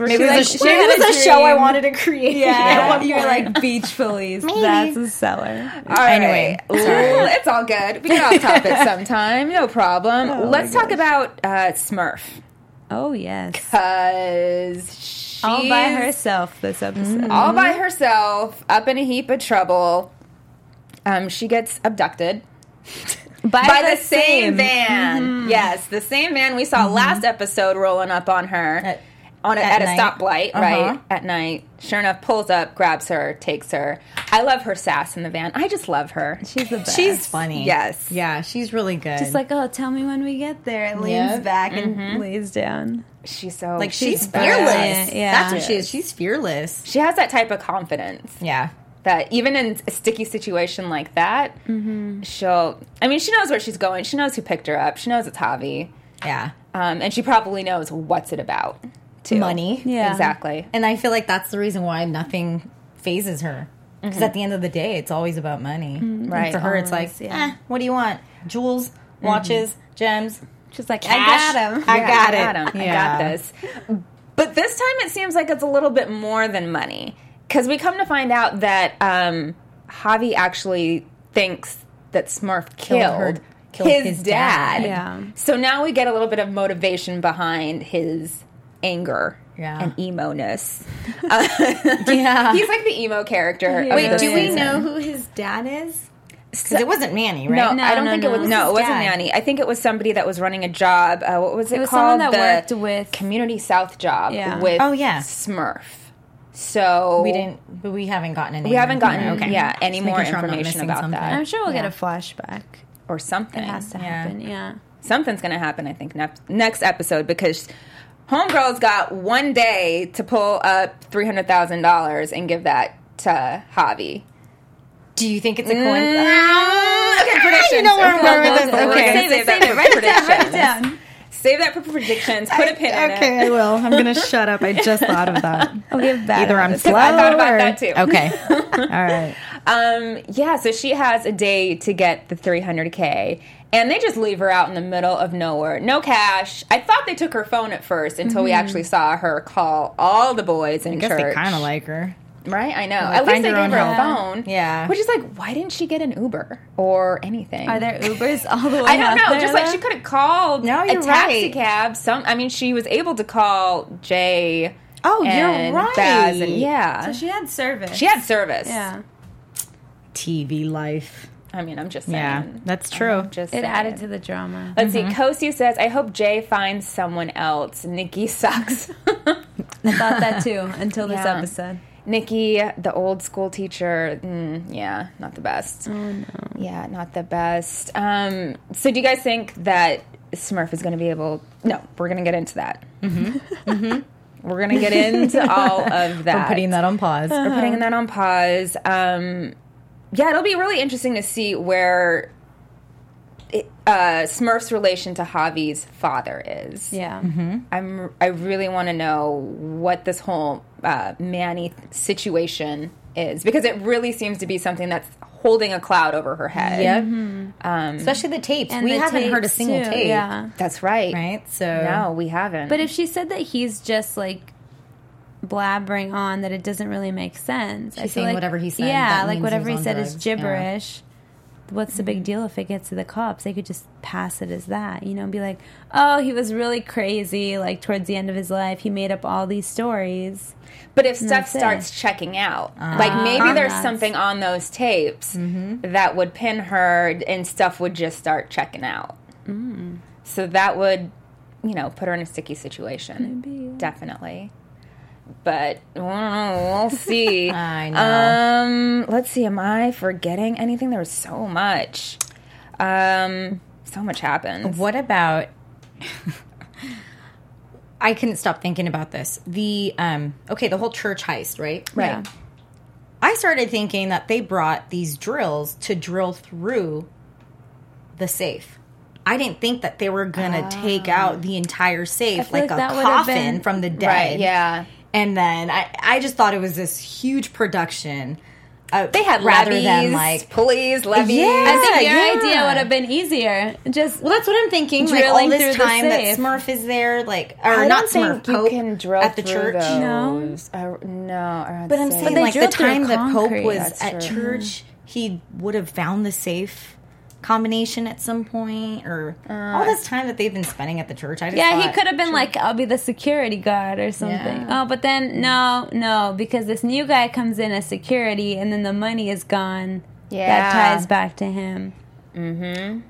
[SPEAKER 5] Maybe it was,
[SPEAKER 4] She's
[SPEAKER 5] a,
[SPEAKER 4] like,
[SPEAKER 5] maybe
[SPEAKER 4] "We
[SPEAKER 5] it
[SPEAKER 4] had
[SPEAKER 5] was
[SPEAKER 4] a
[SPEAKER 5] a show I
[SPEAKER 4] dream."
[SPEAKER 5] wanted to create. at
[SPEAKER 4] Yeah,
[SPEAKER 5] one
[SPEAKER 4] you're
[SPEAKER 5] point.
[SPEAKER 4] like beach police. That's a seller.
[SPEAKER 3] All right.
[SPEAKER 5] Anyway,
[SPEAKER 3] Ooh, it's all good. We get off topic sometime, no problem. Let's talk about uh, Smurf
[SPEAKER 4] Oh yes,
[SPEAKER 3] because she's
[SPEAKER 4] all by herself this episode.
[SPEAKER 3] all by herself, up in a heap of trouble. Um, she gets abducted by, the, same van. Yes, the same van we saw last episode rolling up on her
[SPEAKER 5] At-
[SPEAKER 3] on a, at,
[SPEAKER 5] at
[SPEAKER 3] a
[SPEAKER 5] night.
[SPEAKER 3] stoplight, right
[SPEAKER 5] Uh-huh.
[SPEAKER 3] at night. Sure enough, pulls up, grabs her, takes her. I love her sass in the van. I just love her.
[SPEAKER 4] She's the best.
[SPEAKER 5] She's funny.
[SPEAKER 3] Yes.
[SPEAKER 5] Yeah, she's really good.
[SPEAKER 4] It's like, oh, tell me when we get there. It leans
[SPEAKER 5] Yeah.
[SPEAKER 4] back and lays down.
[SPEAKER 3] She's so
[SPEAKER 5] like she's,
[SPEAKER 3] badass.
[SPEAKER 5] fearless.
[SPEAKER 4] Yeah.
[SPEAKER 5] That's what she is. She's fearless.
[SPEAKER 3] She has that type of confidence.
[SPEAKER 5] Yeah.
[SPEAKER 3] that even in a sticky situation like that, she'll. I mean, she knows where she's going. She knows who picked her up. She knows it's Javi,
[SPEAKER 5] Yeah.
[SPEAKER 3] um, and she probably knows what's it about. Too
[SPEAKER 5] Money.
[SPEAKER 4] Yeah.
[SPEAKER 3] exactly.
[SPEAKER 5] And I feel like that's the reason why nothing phases her. Because at the end of the day, it's always about money. Mm-hmm. Mm, Right. Mm-hmm.
[SPEAKER 3] Right.
[SPEAKER 5] for her, it's like,
[SPEAKER 4] Always, yeah.
[SPEAKER 5] eh, what do you want? Jewels, watches, gems.
[SPEAKER 4] She's like,
[SPEAKER 5] Cash?
[SPEAKER 4] I got him.
[SPEAKER 5] I
[SPEAKER 3] Yeah,
[SPEAKER 5] got
[SPEAKER 3] I
[SPEAKER 5] it.
[SPEAKER 3] got 'em.
[SPEAKER 5] Yeah.
[SPEAKER 3] I got this. But this time, it seems like it's a little bit more than money because we come to find out that um, Javi actually thinks that Smurf killed,
[SPEAKER 5] Killed her- killed
[SPEAKER 3] his,
[SPEAKER 5] his
[SPEAKER 3] dad.
[SPEAKER 5] dad.
[SPEAKER 4] Yeah.
[SPEAKER 3] So now we get a little bit of motivation behind his anger
[SPEAKER 5] Yeah.
[SPEAKER 3] and emo ness.
[SPEAKER 5] Yeah.
[SPEAKER 3] He's like the emo character.
[SPEAKER 4] Wait,
[SPEAKER 3] of this
[SPEAKER 4] do we
[SPEAKER 3] season.
[SPEAKER 5] who his dad is? Because it wasn't Manny, right?
[SPEAKER 3] No, I don't
[SPEAKER 4] no,
[SPEAKER 3] think
[SPEAKER 4] no.
[SPEAKER 3] it was.
[SPEAKER 4] It
[SPEAKER 3] No, it
[SPEAKER 5] was his
[SPEAKER 3] wasn't
[SPEAKER 5] dad.
[SPEAKER 3] Nanny. I think it was somebody that was running a job. Uh, what was it,
[SPEAKER 4] It was someone
[SPEAKER 3] called?
[SPEAKER 4] that
[SPEAKER 3] the
[SPEAKER 4] worked with.
[SPEAKER 3] community South job
[SPEAKER 4] Yeah.
[SPEAKER 3] with.
[SPEAKER 5] Oh, yeah.
[SPEAKER 3] Smurf. So
[SPEAKER 5] We didn't, but we haven't gotten any.
[SPEAKER 3] We haven't gotten
[SPEAKER 5] Okay.
[SPEAKER 3] yeah any
[SPEAKER 5] Just
[SPEAKER 3] more
[SPEAKER 5] making sure I'm not
[SPEAKER 3] information
[SPEAKER 5] missing
[SPEAKER 3] about
[SPEAKER 5] something.
[SPEAKER 3] that
[SPEAKER 4] I'm sure we'll get a flashback.
[SPEAKER 3] or something.
[SPEAKER 4] It has to
[SPEAKER 5] Yeah.
[SPEAKER 4] happen. Yeah.
[SPEAKER 3] Something's gonna happen. I think next next episode because. Homegirl's got one day to pull up three hundred thousand dollars and give that to Javi.
[SPEAKER 5] Do you think it's a coincidence?
[SPEAKER 3] Okay, predictions.
[SPEAKER 5] You know where I'm
[SPEAKER 3] Okay,
[SPEAKER 5] going
[SPEAKER 3] we'll-
[SPEAKER 5] with this.
[SPEAKER 3] we'll- we're
[SPEAKER 5] Okay.
[SPEAKER 3] gonna save that for predictions. Save that for predictions. Put a pin in it.
[SPEAKER 5] Okay, I will. I'm gonna shut up. I just thought of that.
[SPEAKER 4] We'll give back.
[SPEAKER 5] Either I'm slow.
[SPEAKER 3] I thought about
[SPEAKER 5] or-
[SPEAKER 3] that too.
[SPEAKER 5] Okay. All right.
[SPEAKER 3] Um, yeah, so she has a day to get the 300K, and they just leave her out in the middle of nowhere. No cash. I thought they took her phone at first until we actually saw her call all the boys in
[SPEAKER 5] Mm-hmm. I guess
[SPEAKER 3] church.
[SPEAKER 5] they kind of like her.
[SPEAKER 3] Right, I know.
[SPEAKER 5] Like,
[SPEAKER 3] At least
[SPEAKER 5] find
[SPEAKER 3] they
[SPEAKER 5] your
[SPEAKER 3] gave
[SPEAKER 5] own
[SPEAKER 3] her a
[SPEAKER 5] home.
[SPEAKER 3] phone.
[SPEAKER 5] Yeah.
[SPEAKER 3] Which is like, why didn't she get an Uber or anything?
[SPEAKER 4] Are there Ubers all the way?
[SPEAKER 3] I don't
[SPEAKER 4] out
[SPEAKER 3] know.
[SPEAKER 4] there,
[SPEAKER 3] Just like she
[SPEAKER 4] though?
[SPEAKER 3] could have called
[SPEAKER 5] No,
[SPEAKER 3] a
[SPEAKER 5] you're
[SPEAKER 3] taxi
[SPEAKER 5] right.
[SPEAKER 3] cab. Some, I mean, she was able to call Jay.
[SPEAKER 5] Oh, you're
[SPEAKER 3] and
[SPEAKER 5] right.
[SPEAKER 3] Baz and- yeah,
[SPEAKER 4] So she had service.
[SPEAKER 3] she had service.
[SPEAKER 4] yeah.
[SPEAKER 5] TV life.
[SPEAKER 3] I mean, I'm just saying.
[SPEAKER 5] Yeah, that's true.
[SPEAKER 3] Just
[SPEAKER 4] It
[SPEAKER 3] saying.
[SPEAKER 4] added to the drama.
[SPEAKER 3] Let's see. Kosi says, "I hope Jay finds someone else. Nikki sucks.
[SPEAKER 4] I thought that too until this
[SPEAKER 3] Yeah.
[SPEAKER 4] episode.
[SPEAKER 3] Nikki, the old school teacher. Mm, yeah, not the best. Oh no. Yeah, not the best. Um, so, do you guys think that Smurf is going to be able? No, we're going to get into that. Mm-hmm. We're going to get into all of that.
[SPEAKER 5] I'm putting that on pause.
[SPEAKER 3] We're putting that on pause. Um, yeah, it'll be really interesting to see where it, uh, Smurf's relation to Javi's father is.
[SPEAKER 4] Yeah.
[SPEAKER 5] Mm-hmm.
[SPEAKER 3] I'm. I really want to know what this whole uh, Manny situation is because it really seems to be something that's holding a cloud over her head.
[SPEAKER 5] Yep. Mm-hmm. Especially the tapes. we
[SPEAKER 4] Um, the
[SPEAKER 5] haven't heard a
[SPEAKER 4] tapes,
[SPEAKER 5] single
[SPEAKER 4] too,
[SPEAKER 5] tape.
[SPEAKER 4] Yeah.
[SPEAKER 3] that's right.
[SPEAKER 5] Right? So
[SPEAKER 3] No, we haven't.
[SPEAKER 4] But if she said that he's just like blabbering on, that it doesn't really make sense. I feel
[SPEAKER 5] saying
[SPEAKER 4] like-
[SPEAKER 5] whatever he said,
[SPEAKER 4] Yeah,
[SPEAKER 5] that means
[SPEAKER 4] like
[SPEAKER 5] he
[SPEAKER 4] whatever
[SPEAKER 5] was
[SPEAKER 4] he
[SPEAKER 5] on
[SPEAKER 4] said is
[SPEAKER 5] drugs, yeah.
[SPEAKER 4] gibberish. What's the big deal if it gets to the cops? They could just pass it as that, you know, and be like, "Oh, he was really crazy. Like towards the end of his life, he made up all these stories."
[SPEAKER 3] But if stuff
[SPEAKER 4] That's it.
[SPEAKER 3] starts checking out, like maybe there's
[SPEAKER 4] Yes.
[SPEAKER 3] something on those tapes that would pin her and stuff would just start checking out. Mm. So that would, you know, put her in a sticky situation.
[SPEAKER 4] Maybe.
[SPEAKER 3] Definitely. But mm, we'll see.
[SPEAKER 5] I know.
[SPEAKER 4] Uh,
[SPEAKER 3] Um, let's see. Am I forgetting anything? There was so much. Um, so much happened.
[SPEAKER 5] What about? I couldn't stop thinking about this. The um okay, the whole church heist, right?
[SPEAKER 3] Right.
[SPEAKER 5] I started thinking that they brought these drills to drill through the safe. I didn't think that they were gonna take out the entire safe
[SPEAKER 4] Ah. feel
[SPEAKER 5] like,
[SPEAKER 4] like
[SPEAKER 5] a
[SPEAKER 4] that would've
[SPEAKER 5] coffin
[SPEAKER 4] been-
[SPEAKER 5] from the dead.
[SPEAKER 3] Right. Yeah.
[SPEAKER 5] And then I, I just thought it was this huge production. Uh,
[SPEAKER 3] They had
[SPEAKER 5] rather
[SPEAKER 3] levies,
[SPEAKER 5] than like
[SPEAKER 3] police, levies.
[SPEAKER 5] Yeah.
[SPEAKER 4] I think your
[SPEAKER 5] yeah.
[SPEAKER 4] idea would have been easier. Just
[SPEAKER 5] Well, that's what I'm thinking. Like
[SPEAKER 4] Drilling
[SPEAKER 5] all
[SPEAKER 4] through
[SPEAKER 5] this
[SPEAKER 4] the
[SPEAKER 5] time that
[SPEAKER 4] safe.
[SPEAKER 5] Smurf is there, like or
[SPEAKER 3] I
[SPEAKER 5] not
[SPEAKER 3] don't
[SPEAKER 5] Smurf
[SPEAKER 3] think you
[SPEAKER 5] Pope
[SPEAKER 3] can drill
[SPEAKER 5] at the
[SPEAKER 3] through
[SPEAKER 5] church.
[SPEAKER 3] Those. No, I, no. I
[SPEAKER 5] But I'm
[SPEAKER 3] say.
[SPEAKER 5] saying
[SPEAKER 4] they
[SPEAKER 5] like the
[SPEAKER 4] drilled through
[SPEAKER 5] time that Pope
[SPEAKER 4] concrete,
[SPEAKER 5] was
[SPEAKER 3] that's
[SPEAKER 5] at
[SPEAKER 3] true.
[SPEAKER 5] church, he would have found the safe combination at some point, or all this time that they've been spending at the church. I just
[SPEAKER 4] Yeah, he
[SPEAKER 5] thought-
[SPEAKER 4] could have been like, I'll be the security guard or something.
[SPEAKER 5] Yeah.
[SPEAKER 4] Oh, but then no, no, because this new guy comes in as security and then the money is gone.
[SPEAKER 3] Yeah.
[SPEAKER 4] That ties back to him.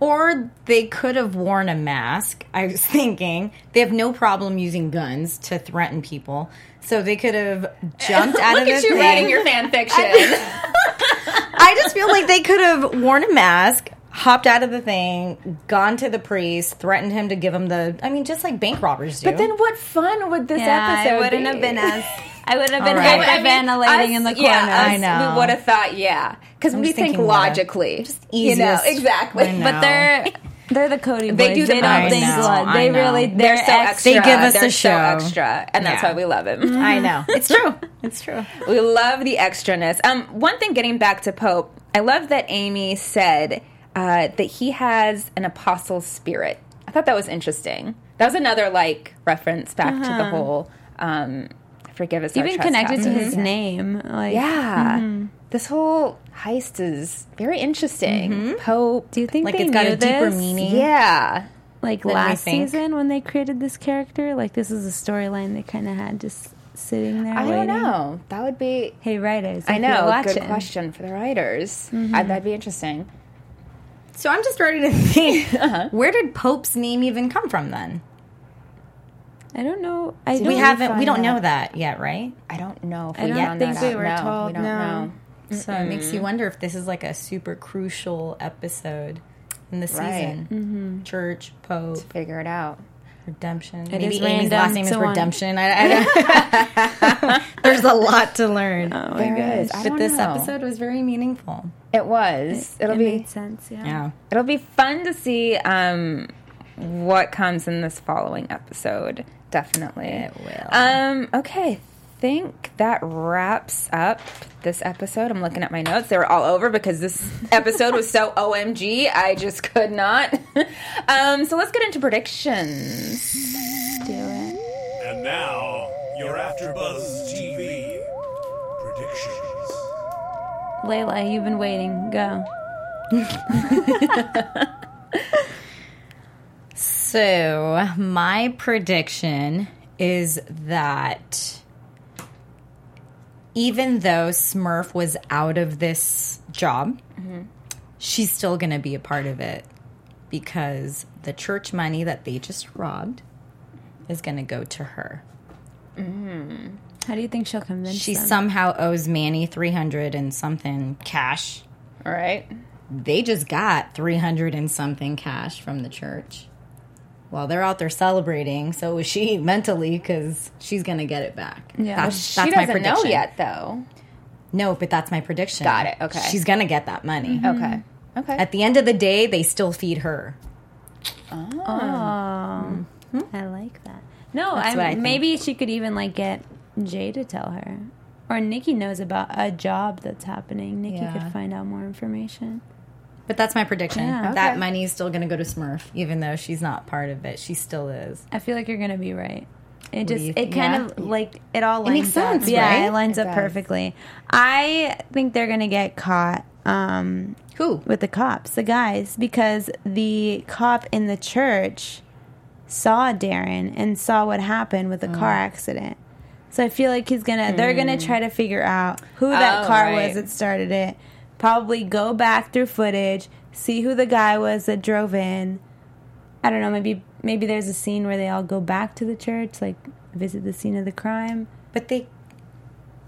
[SPEAKER 5] Or they could have worn a mask. I was thinking they have no problem using guns to threaten people, so they could have jumped out
[SPEAKER 3] Look
[SPEAKER 5] of the
[SPEAKER 3] at you
[SPEAKER 5] thing.
[SPEAKER 3] writing your fan fiction.
[SPEAKER 5] I just feel like they could have worn a mask, hopped out of the thing, gone to the priest, threatened him to give him the. I mean, just like bank robbers do.
[SPEAKER 3] but then what fun would this episode
[SPEAKER 4] I wouldn't
[SPEAKER 3] be?
[SPEAKER 4] have been as I would have been
[SPEAKER 5] All right.
[SPEAKER 4] hyperventilating in the
[SPEAKER 3] us-
[SPEAKER 4] corner.
[SPEAKER 3] Yeah,
[SPEAKER 5] I
[SPEAKER 3] us,
[SPEAKER 5] know.
[SPEAKER 3] We would have thought, yeah, because we
[SPEAKER 5] just
[SPEAKER 3] think
[SPEAKER 5] thinking what a-
[SPEAKER 3] logically. Just
[SPEAKER 5] easiest-
[SPEAKER 3] you know, exactly.
[SPEAKER 5] I know.
[SPEAKER 4] But they're they're the Cody boys.
[SPEAKER 3] They
[SPEAKER 4] They,
[SPEAKER 3] do the
[SPEAKER 4] don't
[SPEAKER 3] most.
[SPEAKER 4] think
[SPEAKER 3] I know,
[SPEAKER 4] blood.
[SPEAKER 5] I
[SPEAKER 4] They
[SPEAKER 5] know.
[SPEAKER 4] really
[SPEAKER 3] They're
[SPEAKER 4] they're,
[SPEAKER 3] so extra.
[SPEAKER 4] extra.
[SPEAKER 5] They give us
[SPEAKER 3] They're
[SPEAKER 5] a
[SPEAKER 3] so
[SPEAKER 5] show.
[SPEAKER 3] extra, and that's
[SPEAKER 5] Yeah.
[SPEAKER 3] why we love him.
[SPEAKER 5] I know it's true. It's true.
[SPEAKER 3] We love the extraness. Um, one thing, getting back to Pope, I love that Amy said uh, that he has an apostle spirit. I thought that was interesting. That was another like reference back to the whole um, forgive us. our
[SPEAKER 4] Uh-huh. Even connected to
[SPEAKER 3] trespasses.
[SPEAKER 4] his Mm-hmm. name. Like
[SPEAKER 3] Yeah, this whole heist is very interesting.
[SPEAKER 4] Mm-hmm.
[SPEAKER 3] Pope.
[SPEAKER 4] do you think
[SPEAKER 5] Like
[SPEAKER 4] they
[SPEAKER 5] it's got
[SPEAKER 4] knew
[SPEAKER 5] a deeper
[SPEAKER 4] this?
[SPEAKER 5] meaning.
[SPEAKER 3] Yeah.
[SPEAKER 4] like
[SPEAKER 5] we
[SPEAKER 4] last
[SPEAKER 5] think.
[SPEAKER 4] season when they created this character. Like this is a storyline they kind of had just sitting there.
[SPEAKER 3] I don't
[SPEAKER 4] waiting.
[SPEAKER 3] know. That would be.
[SPEAKER 4] Hey writers,
[SPEAKER 3] I
[SPEAKER 4] if you're
[SPEAKER 3] know. Good
[SPEAKER 4] watching, Mm-hmm.
[SPEAKER 3] question for the writers. I, that'd be interesting.
[SPEAKER 5] So I'm just starting to think. Where did Pope's name even come from? Then
[SPEAKER 4] I don't know. I don't
[SPEAKER 5] we haven't. We
[SPEAKER 4] find
[SPEAKER 5] don't
[SPEAKER 4] out.
[SPEAKER 5] know that yet, right?
[SPEAKER 3] I don't know if
[SPEAKER 4] I
[SPEAKER 3] we
[SPEAKER 4] don't
[SPEAKER 3] found
[SPEAKER 4] think
[SPEAKER 3] that
[SPEAKER 4] we
[SPEAKER 3] out.
[SPEAKER 4] were
[SPEAKER 3] no, We
[SPEAKER 4] told,
[SPEAKER 3] don't
[SPEAKER 4] no.
[SPEAKER 3] know.
[SPEAKER 5] So it makes you wonder if this is like a super crucial episode in the season. Church, Pope,
[SPEAKER 3] Figure it out.
[SPEAKER 5] redemption.
[SPEAKER 4] It
[SPEAKER 5] Maybe
[SPEAKER 4] is
[SPEAKER 5] Amy's
[SPEAKER 4] random,
[SPEAKER 5] last name is
[SPEAKER 4] so on.
[SPEAKER 5] redemption. I, I don't- There's a lot to learn.
[SPEAKER 4] Oh
[SPEAKER 3] There
[SPEAKER 4] my gosh.
[SPEAKER 3] is. I
[SPEAKER 5] but
[SPEAKER 3] don't
[SPEAKER 5] this
[SPEAKER 3] know.
[SPEAKER 5] episode was very meaningful.
[SPEAKER 3] It was. It, will
[SPEAKER 4] it
[SPEAKER 3] be.
[SPEAKER 4] made sense. Yeah.
[SPEAKER 5] Yeah.
[SPEAKER 3] It'll be fun to see um, what comes in this following episode. Definitely,
[SPEAKER 5] It will.
[SPEAKER 3] Um, okay, think that wraps up this episode. I'm looking at my notes; they were all over because this episode was so OMG. I just could not. um, so let's get into predictions.
[SPEAKER 4] Do it.
[SPEAKER 2] And now, your AfterBuzz TV
[SPEAKER 6] predictions.
[SPEAKER 4] Layla, you've been waiting. Go.
[SPEAKER 5] So, my prediction is that even though Smurf was out of this job, she's still going to be a part of it because the church money that they just robbed is going to go to her.
[SPEAKER 4] How do you think she'll convince
[SPEAKER 5] She
[SPEAKER 4] them?
[SPEAKER 5] somehow owes Manny 300 and something cash.
[SPEAKER 3] All right.
[SPEAKER 5] They just got 300 and something cash from the church. Well, they're out there celebrating, so is she mentally because she's going to get it back.
[SPEAKER 4] Yeah.
[SPEAKER 5] That's,
[SPEAKER 3] she
[SPEAKER 5] that's my
[SPEAKER 3] doesn't know
[SPEAKER 5] prediction.
[SPEAKER 3] yet, though.
[SPEAKER 5] No, but that's my prediction.
[SPEAKER 3] Got it, okay.
[SPEAKER 5] She's going to get that money.
[SPEAKER 3] Okay. Okay.
[SPEAKER 5] At the end of the day, they still feed her.
[SPEAKER 4] I like that. No,
[SPEAKER 5] what I
[SPEAKER 4] I
[SPEAKER 5] think.
[SPEAKER 4] maybe she could even like get Jay to tell her, or Nikki knows about a job that's happening. Nikki
[SPEAKER 5] Yeah.
[SPEAKER 4] could find out more information.
[SPEAKER 5] But that's my prediction.
[SPEAKER 4] Yeah. Okay.
[SPEAKER 5] That money is still going to go to Smurf, even though she's not part of it. She still is.
[SPEAKER 4] I feel like you're gonna be right. It
[SPEAKER 5] do
[SPEAKER 4] just
[SPEAKER 5] you
[SPEAKER 4] it
[SPEAKER 5] think?
[SPEAKER 4] kind
[SPEAKER 5] Yeah.
[SPEAKER 4] of like it all lines
[SPEAKER 5] makes
[SPEAKER 4] up.
[SPEAKER 5] sense,
[SPEAKER 4] yeah,
[SPEAKER 5] right?
[SPEAKER 4] it lines
[SPEAKER 3] It
[SPEAKER 4] up
[SPEAKER 3] does.
[SPEAKER 4] perfectly. I think they're gonna get caught. Um,
[SPEAKER 5] Who?
[SPEAKER 4] with the cops, the guys, because the cop in the church saw Darren and saw what happened with the
[SPEAKER 5] Mm.
[SPEAKER 4] car accident. So I feel like he's gonna they're gonna try to figure out who that
[SPEAKER 3] Oh,
[SPEAKER 4] car
[SPEAKER 3] right.
[SPEAKER 4] was that started it. Probably go back through footage, see who the guy was that drove in. I don't know, maybe maybe there's a scene where they all go back to the church, like visit the scene of the crime.
[SPEAKER 5] But they,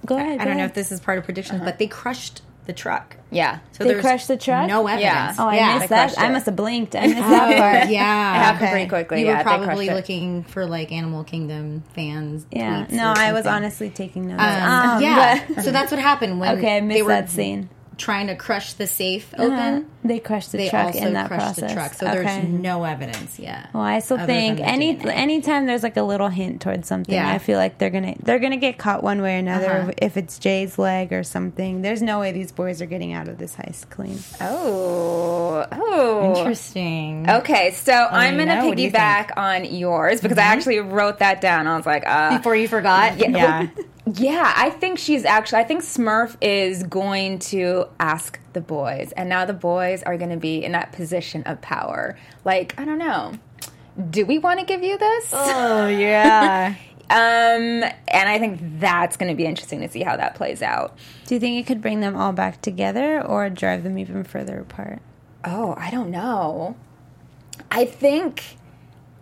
[SPEAKER 4] Go ahead.
[SPEAKER 5] I
[SPEAKER 4] go
[SPEAKER 5] don't know
[SPEAKER 4] ahead.
[SPEAKER 5] if this is part of prediction,
[SPEAKER 3] Uh-huh.
[SPEAKER 5] but they crushed the truck.
[SPEAKER 3] yeah.
[SPEAKER 5] So
[SPEAKER 4] They
[SPEAKER 5] there's
[SPEAKER 4] crushed the truck?
[SPEAKER 5] No
[SPEAKER 3] Yeah.
[SPEAKER 5] evidence.
[SPEAKER 4] Oh, I
[SPEAKER 5] yeah. Oh.
[SPEAKER 4] missed
[SPEAKER 3] they
[SPEAKER 4] that.
[SPEAKER 3] crushed
[SPEAKER 4] I
[SPEAKER 3] it.
[SPEAKER 4] must have blinked. I missed that part.
[SPEAKER 5] yeah.
[SPEAKER 3] It happened
[SPEAKER 4] okay.
[SPEAKER 3] pretty quickly.
[SPEAKER 5] You
[SPEAKER 3] yeah,
[SPEAKER 5] were
[SPEAKER 3] they crushed
[SPEAKER 5] probably
[SPEAKER 3] it.
[SPEAKER 5] looking for like Animal Kingdom fans.
[SPEAKER 4] Yeah.
[SPEAKER 5] tweets
[SPEAKER 4] No,
[SPEAKER 5] or
[SPEAKER 4] I was
[SPEAKER 5] something.
[SPEAKER 4] honestly taking notes.
[SPEAKER 5] Um,
[SPEAKER 4] Um,
[SPEAKER 5] yeah. so that's what happened when
[SPEAKER 4] Okay, I
[SPEAKER 5] they
[SPEAKER 4] missed
[SPEAKER 5] were
[SPEAKER 4] that scene.
[SPEAKER 5] trying to crush the safe
[SPEAKER 4] Uh,
[SPEAKER 5] open.
[SPEAKER 4] they crushed the
[SPEAKER 5] They
[SPEAKER 4] truck
[SPEAKER 5] also
[SPEAKER 4] in that
[SPEAKER 5] crushed
[SPEAKER 4] process.
[SPEAKER 5] the truck. So
[SPEAKER 4] Okay.
[SPEAKER 5] there's no evidence. Yeah.
[SPEAKER 4] Well, I still
[SPEAKER 5] other
[SPEAKER 4] think
[SPEAKER 5] than the
[SPEAKER 4] any
[SPEAKER 5] DNA.
[SPEAKER 4] anytime there's like a little hint towards something,
[SPEAKER 5] Yeah.
[SPEAKER 4] I feel like they're gonna they're gonna get caught one way or another.
[SPEAKER 5] Uh-huh.
[SPEAKER 4] If it's Jay's leg or something, there's no way these boys are getting out of this heist clean.
[SPEAKER 3] Oh. Oh.
[SPEAKER 5] Interesting.
[SPEAKER 3] Okay, so I'm
[SPEAKER 5] me
[SPEAKER 3] gonna
[SPEAKER 5] know. What do you Mm-hmm.
[SPEAKER 3] piggyback on yours because I actually wrote that down. I was like, uh,
[SPEAKER 5] Before you forgot.
[SPEAKER 3] yeah, yeah. I think she's actually. I think Smurf is going to ask the boys, and now the boys are going to be in that position of power. Like, I don't know. Do we want to give you this?
[SPEAKER 5] Oh yeah.
[SPEAKER 3] Um, and I think that's going to be interesting to see how that plays out.
[SPEAKER 4] Do you think it could bring them all back together or drive them even further apart?
[SPEAKER 3] Oh, I don't know. I think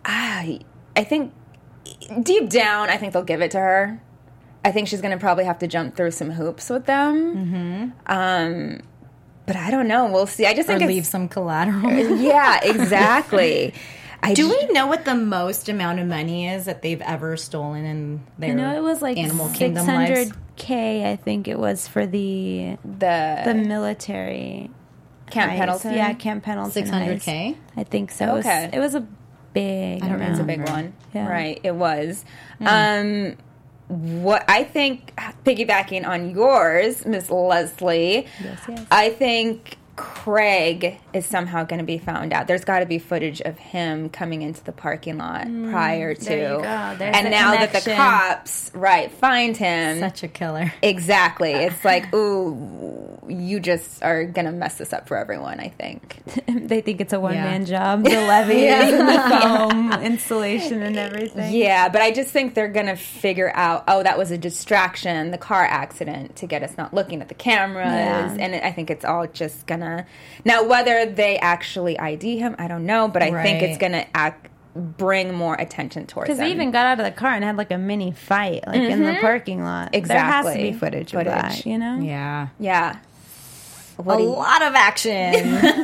[SPEAKER 3] I I think deep down I think they'll give it to her. I think she's going to probably have to jump through some hoops with them. Mm-hmm. Um but I don't know. We'll see. I just
[SPEAKER 5] or
[SPEAKER 3] think
[SPEAKER 5] leave
[SPEAKER 3] it's,
[SPEAKER 5] some collateral.
[SPEAKER 3] yeah, exactly. I
[SPEAKER 5] Do we know what the most amount of money is that they've ever stolen in their
[SPEAKER 4] I know it was like
[SPEAKER 5] Animal
[SPEAKER 4] six
[SPEAKER 5] Kingdom lives?
[SPEAKER 4] hundred k. I think it was for the
[SPEAKER 3] the,
[SPEAKER 5] Uh,
[SPEAKER 4] the military
[SPEAKER 3] Camp
[SPEAKER 4] Right,
[SPEAKER 3] Pendleton?
[SPEAKER 4] so, yeah, Camp Pendleton.
[SPEAKER 5] 600K?
[SPEAKER 4] heist. I think so.
[SPEAKER 3] Okay.
[SPEAKER 4] It was, it was a big. I don't
[SPEAKER 5] know.
[SPEAKER 3] It's a big one.
[SPEAKER 4] Um, Yeah. Mm.
[SPEAKER 3] Right, it was. Um, what I think, piggybacking on yours, Miss Leslie,
[SPEAKER 4] yes.
[SPEAKER 3] I think Craig is somehow going to be found out. There's got to be footage of him coming into the parking lot prior to.
[SPEAKER 4] Mm, there you go. There's
[SPEAKER 3] and
[SPEAKER 4] a
[SPEAKER 3] now that the
[SPEAKER 4] connection.
[SPEAKER 3] cops, right, find him.
[SPEAKER 5] Such a killer.
[SPEAKER 3] exactly. It's like, ooh, you just are going to mess this up for everyone, I think.
[SPEAKER 4] They think it's a one man job. The levees, and the foam installation, and everything.
[SPEAKER 3] Yeah, but I just think they're gonna figure out. Oh, that was a distraction, the car accident, to get us not looking at the cameras,
[SPEAKER 4] Yeah.
[SPEAKER 3] and I think it's all just gonna. Now, whether they actually ID him, I don't know, but I think it's
[SPEAKER 5] Right.
[SPEAKER 3] gonna act, bring more attention towards.
[SPEAKER 4] Because
[SPEAKER 3] him.
[SPEAKER 4] they even got out of the car and had like a mini fight, like in the parking lot. There has to
[SPEAKER 3] Mm-hmm. Exactly.
[SPEAKER 4] be footage,
[SPEAKER 3] Footage.
[SPEAKER 4] of that. You know.
[SPEAKER 5] Yeah.
[SPEAKER 3] yeah.
[SPEAKER 5] a lot of action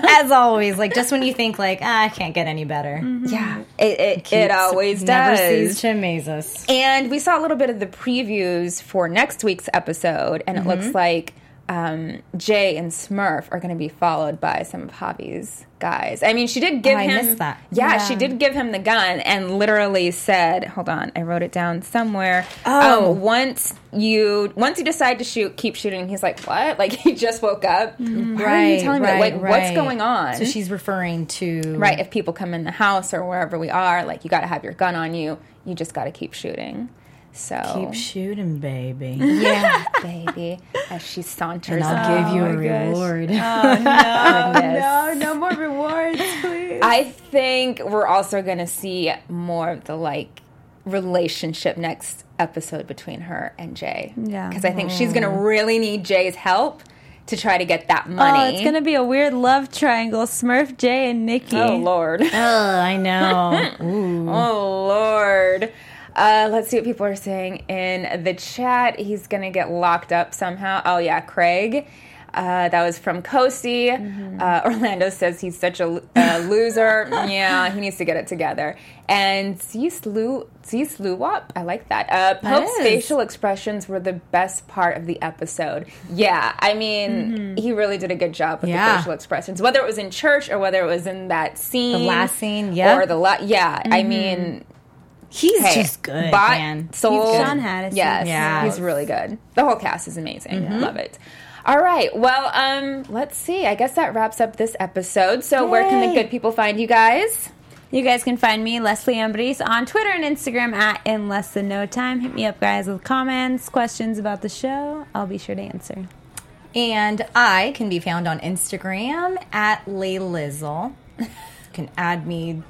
[SPEAKER 5] as always like just when you think like ah, i can't get any better
[SPEAKER 3] Yeah, it it, it always
[SPEAKER 5] never
[SPEAKER 3] does.
[SPEAKER 5] cease to amaze us
[SPEAKER 3] And we saw a little bit of the previews for next week's episode, and it
[SPEAKER 5] Mm-hmm.
[SPEAKER 3] looks like um, Jay and Smurf are going to be followed by some of Hobby's guys. I mean, she did give
[SPEAKER 5] Oh, I
[SPEAKER 3] him
[SPEAKER 5] missed that.
[SPEAKER 3] Yeah, she did give him the gun and literally said, "Hold on, I wrote it down somewhere."
[SPEAKER 5] Oh.
[SPEAKER 3] Um, once you once you decide to shoot, keep shooting. He's like, "What?" Like he just woke up.
[SPEAKER 5] Mm-hmm.
[SPEAKER 3] Why are you telling me? that? Like, what's going on?
[SPEAKER 5] so she's referring to
[SPEAKER 3] right. If people come in the house or wherever we are, like you got to have your gun on you. You just got to keep shooting. So, Oh.
[SPEAKER 5] Keep shooting, baby.
[SPEAKER 3] yeah, baby, as she saunters.
[SPEAKER 5] And
[SPEAKER 3] Oh
[SPEAKER 5] I'll give you a reward.
[SPEAKER 3] goodness.
[SPEAKER 4] No, no more rewards, please.
[SPEAKER 3] Oh, I think we're also going to see more of the like relationship next episode between her and Jay.
[SPEAKER 4] Yeah.
[SPEAKER 3] Because I think she's going to really need Jay's help to try to get that money.
[SPEAKER 4] Oh, it's gonna be a weird love triangle: Smurf, Jay, and Nikki.
[SPEAKER 3] Oh, Lord.
[SPEAKER 5] Oh, I know.
[SPEAKER 3] oh, Lord. Uh, let's see what people are saying in the chat. He's going to get locked up somehow. Oh, yeah, Craig. Uh, that was from Kosi.
[SPEAKER 5] Mm-hmm.
[SPEAKER 3] Uh, Orlando says he's such a uh, loser. yeah, he needs to get it together. And Cease Lou, Cease Luwop, I like that. Uh, Pope's
[SPEAKER 5] is.
[SPEAKER 3] facial expressions were the best part of the episode. Yeah, I mean, he really did a good job with
[SPEAKER 5] Mm-hmm. Yeah.
[SPEAKER 3] the facial expressions, whether it was in church or whether it was in that scene.
[SPEAKER 5] last scene, yeah.
[SPEAKER 3] Or the la- yeah, I mean,
[SPEAKER 5] He's
[SPEAKER 3] hey,
[SPEAKER 5] just good,
[SPEAKER 3] Bought,
[SPEAKER 5] man.
[SPEAKER 3] Sold.
[SPEAKER 4] He's John Haddison.
[SPEAKER 3] Yes,
[SPEAKER 5] Yeah. Mm-hmm.
[SPEAKER 3] he's really good. The whole cast is amazing. I love it. All right. Well, um, let's see. I guess that wraps up this episode. So, where can the
[SPEAKER 4] Yay.
[SPEAKER 3] good people find you guys?
[SPEAKER 4] You guys can find me, Leslie Ambrise, on Twitter and Instagram at In Less Than No Time. Hit me up, guys, with comments, questions about the show. I'll be sure to answer.
[SPEAKER 5] And I can be found on Instagram at LayLizzle. You can add me,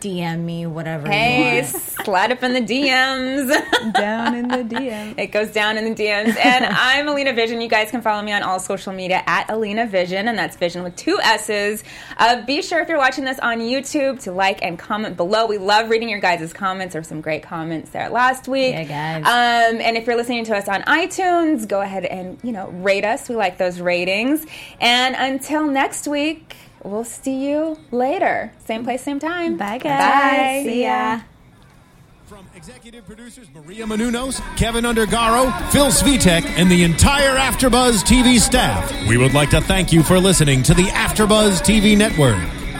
[SPEAKER 5] DM me, whatever.
[SPEAKER 3] Hey,
[SPEAKER 5] You want.
[SPEAKER 3] slide up in the DMs.
[SPEAKER 4] Down in the DM.
[SPEAKER 3] It goes down in the DMs. And I'm Alina Vision. You guys can follow me on all social media at Alina Vision, and that's Vision with two S's. Uh, be sure if you're watching this on YouTube to like and comment below. We love reading your guys' comments. There were some great comments there last week.
[SPEAKER 5] Yeah, guys.
[SPEAKER 3] Um, and if you're listening to us on iTunes, go ahead and you know rate us. We like those ratings. And until next week, we'll see you later. Same place, same time.
[SPEAKER 4] Bye, guys.
[SPEAKER 3] Bye.
[SPEAKER 4] See ya.
[SPEAKER 2] From executive producers Maria Manunos, Kevin Undergaro, Phil Svitek, and the entire AfterBuzz TV staff, we would like to thank you for listening to the AfterBuzz TV network.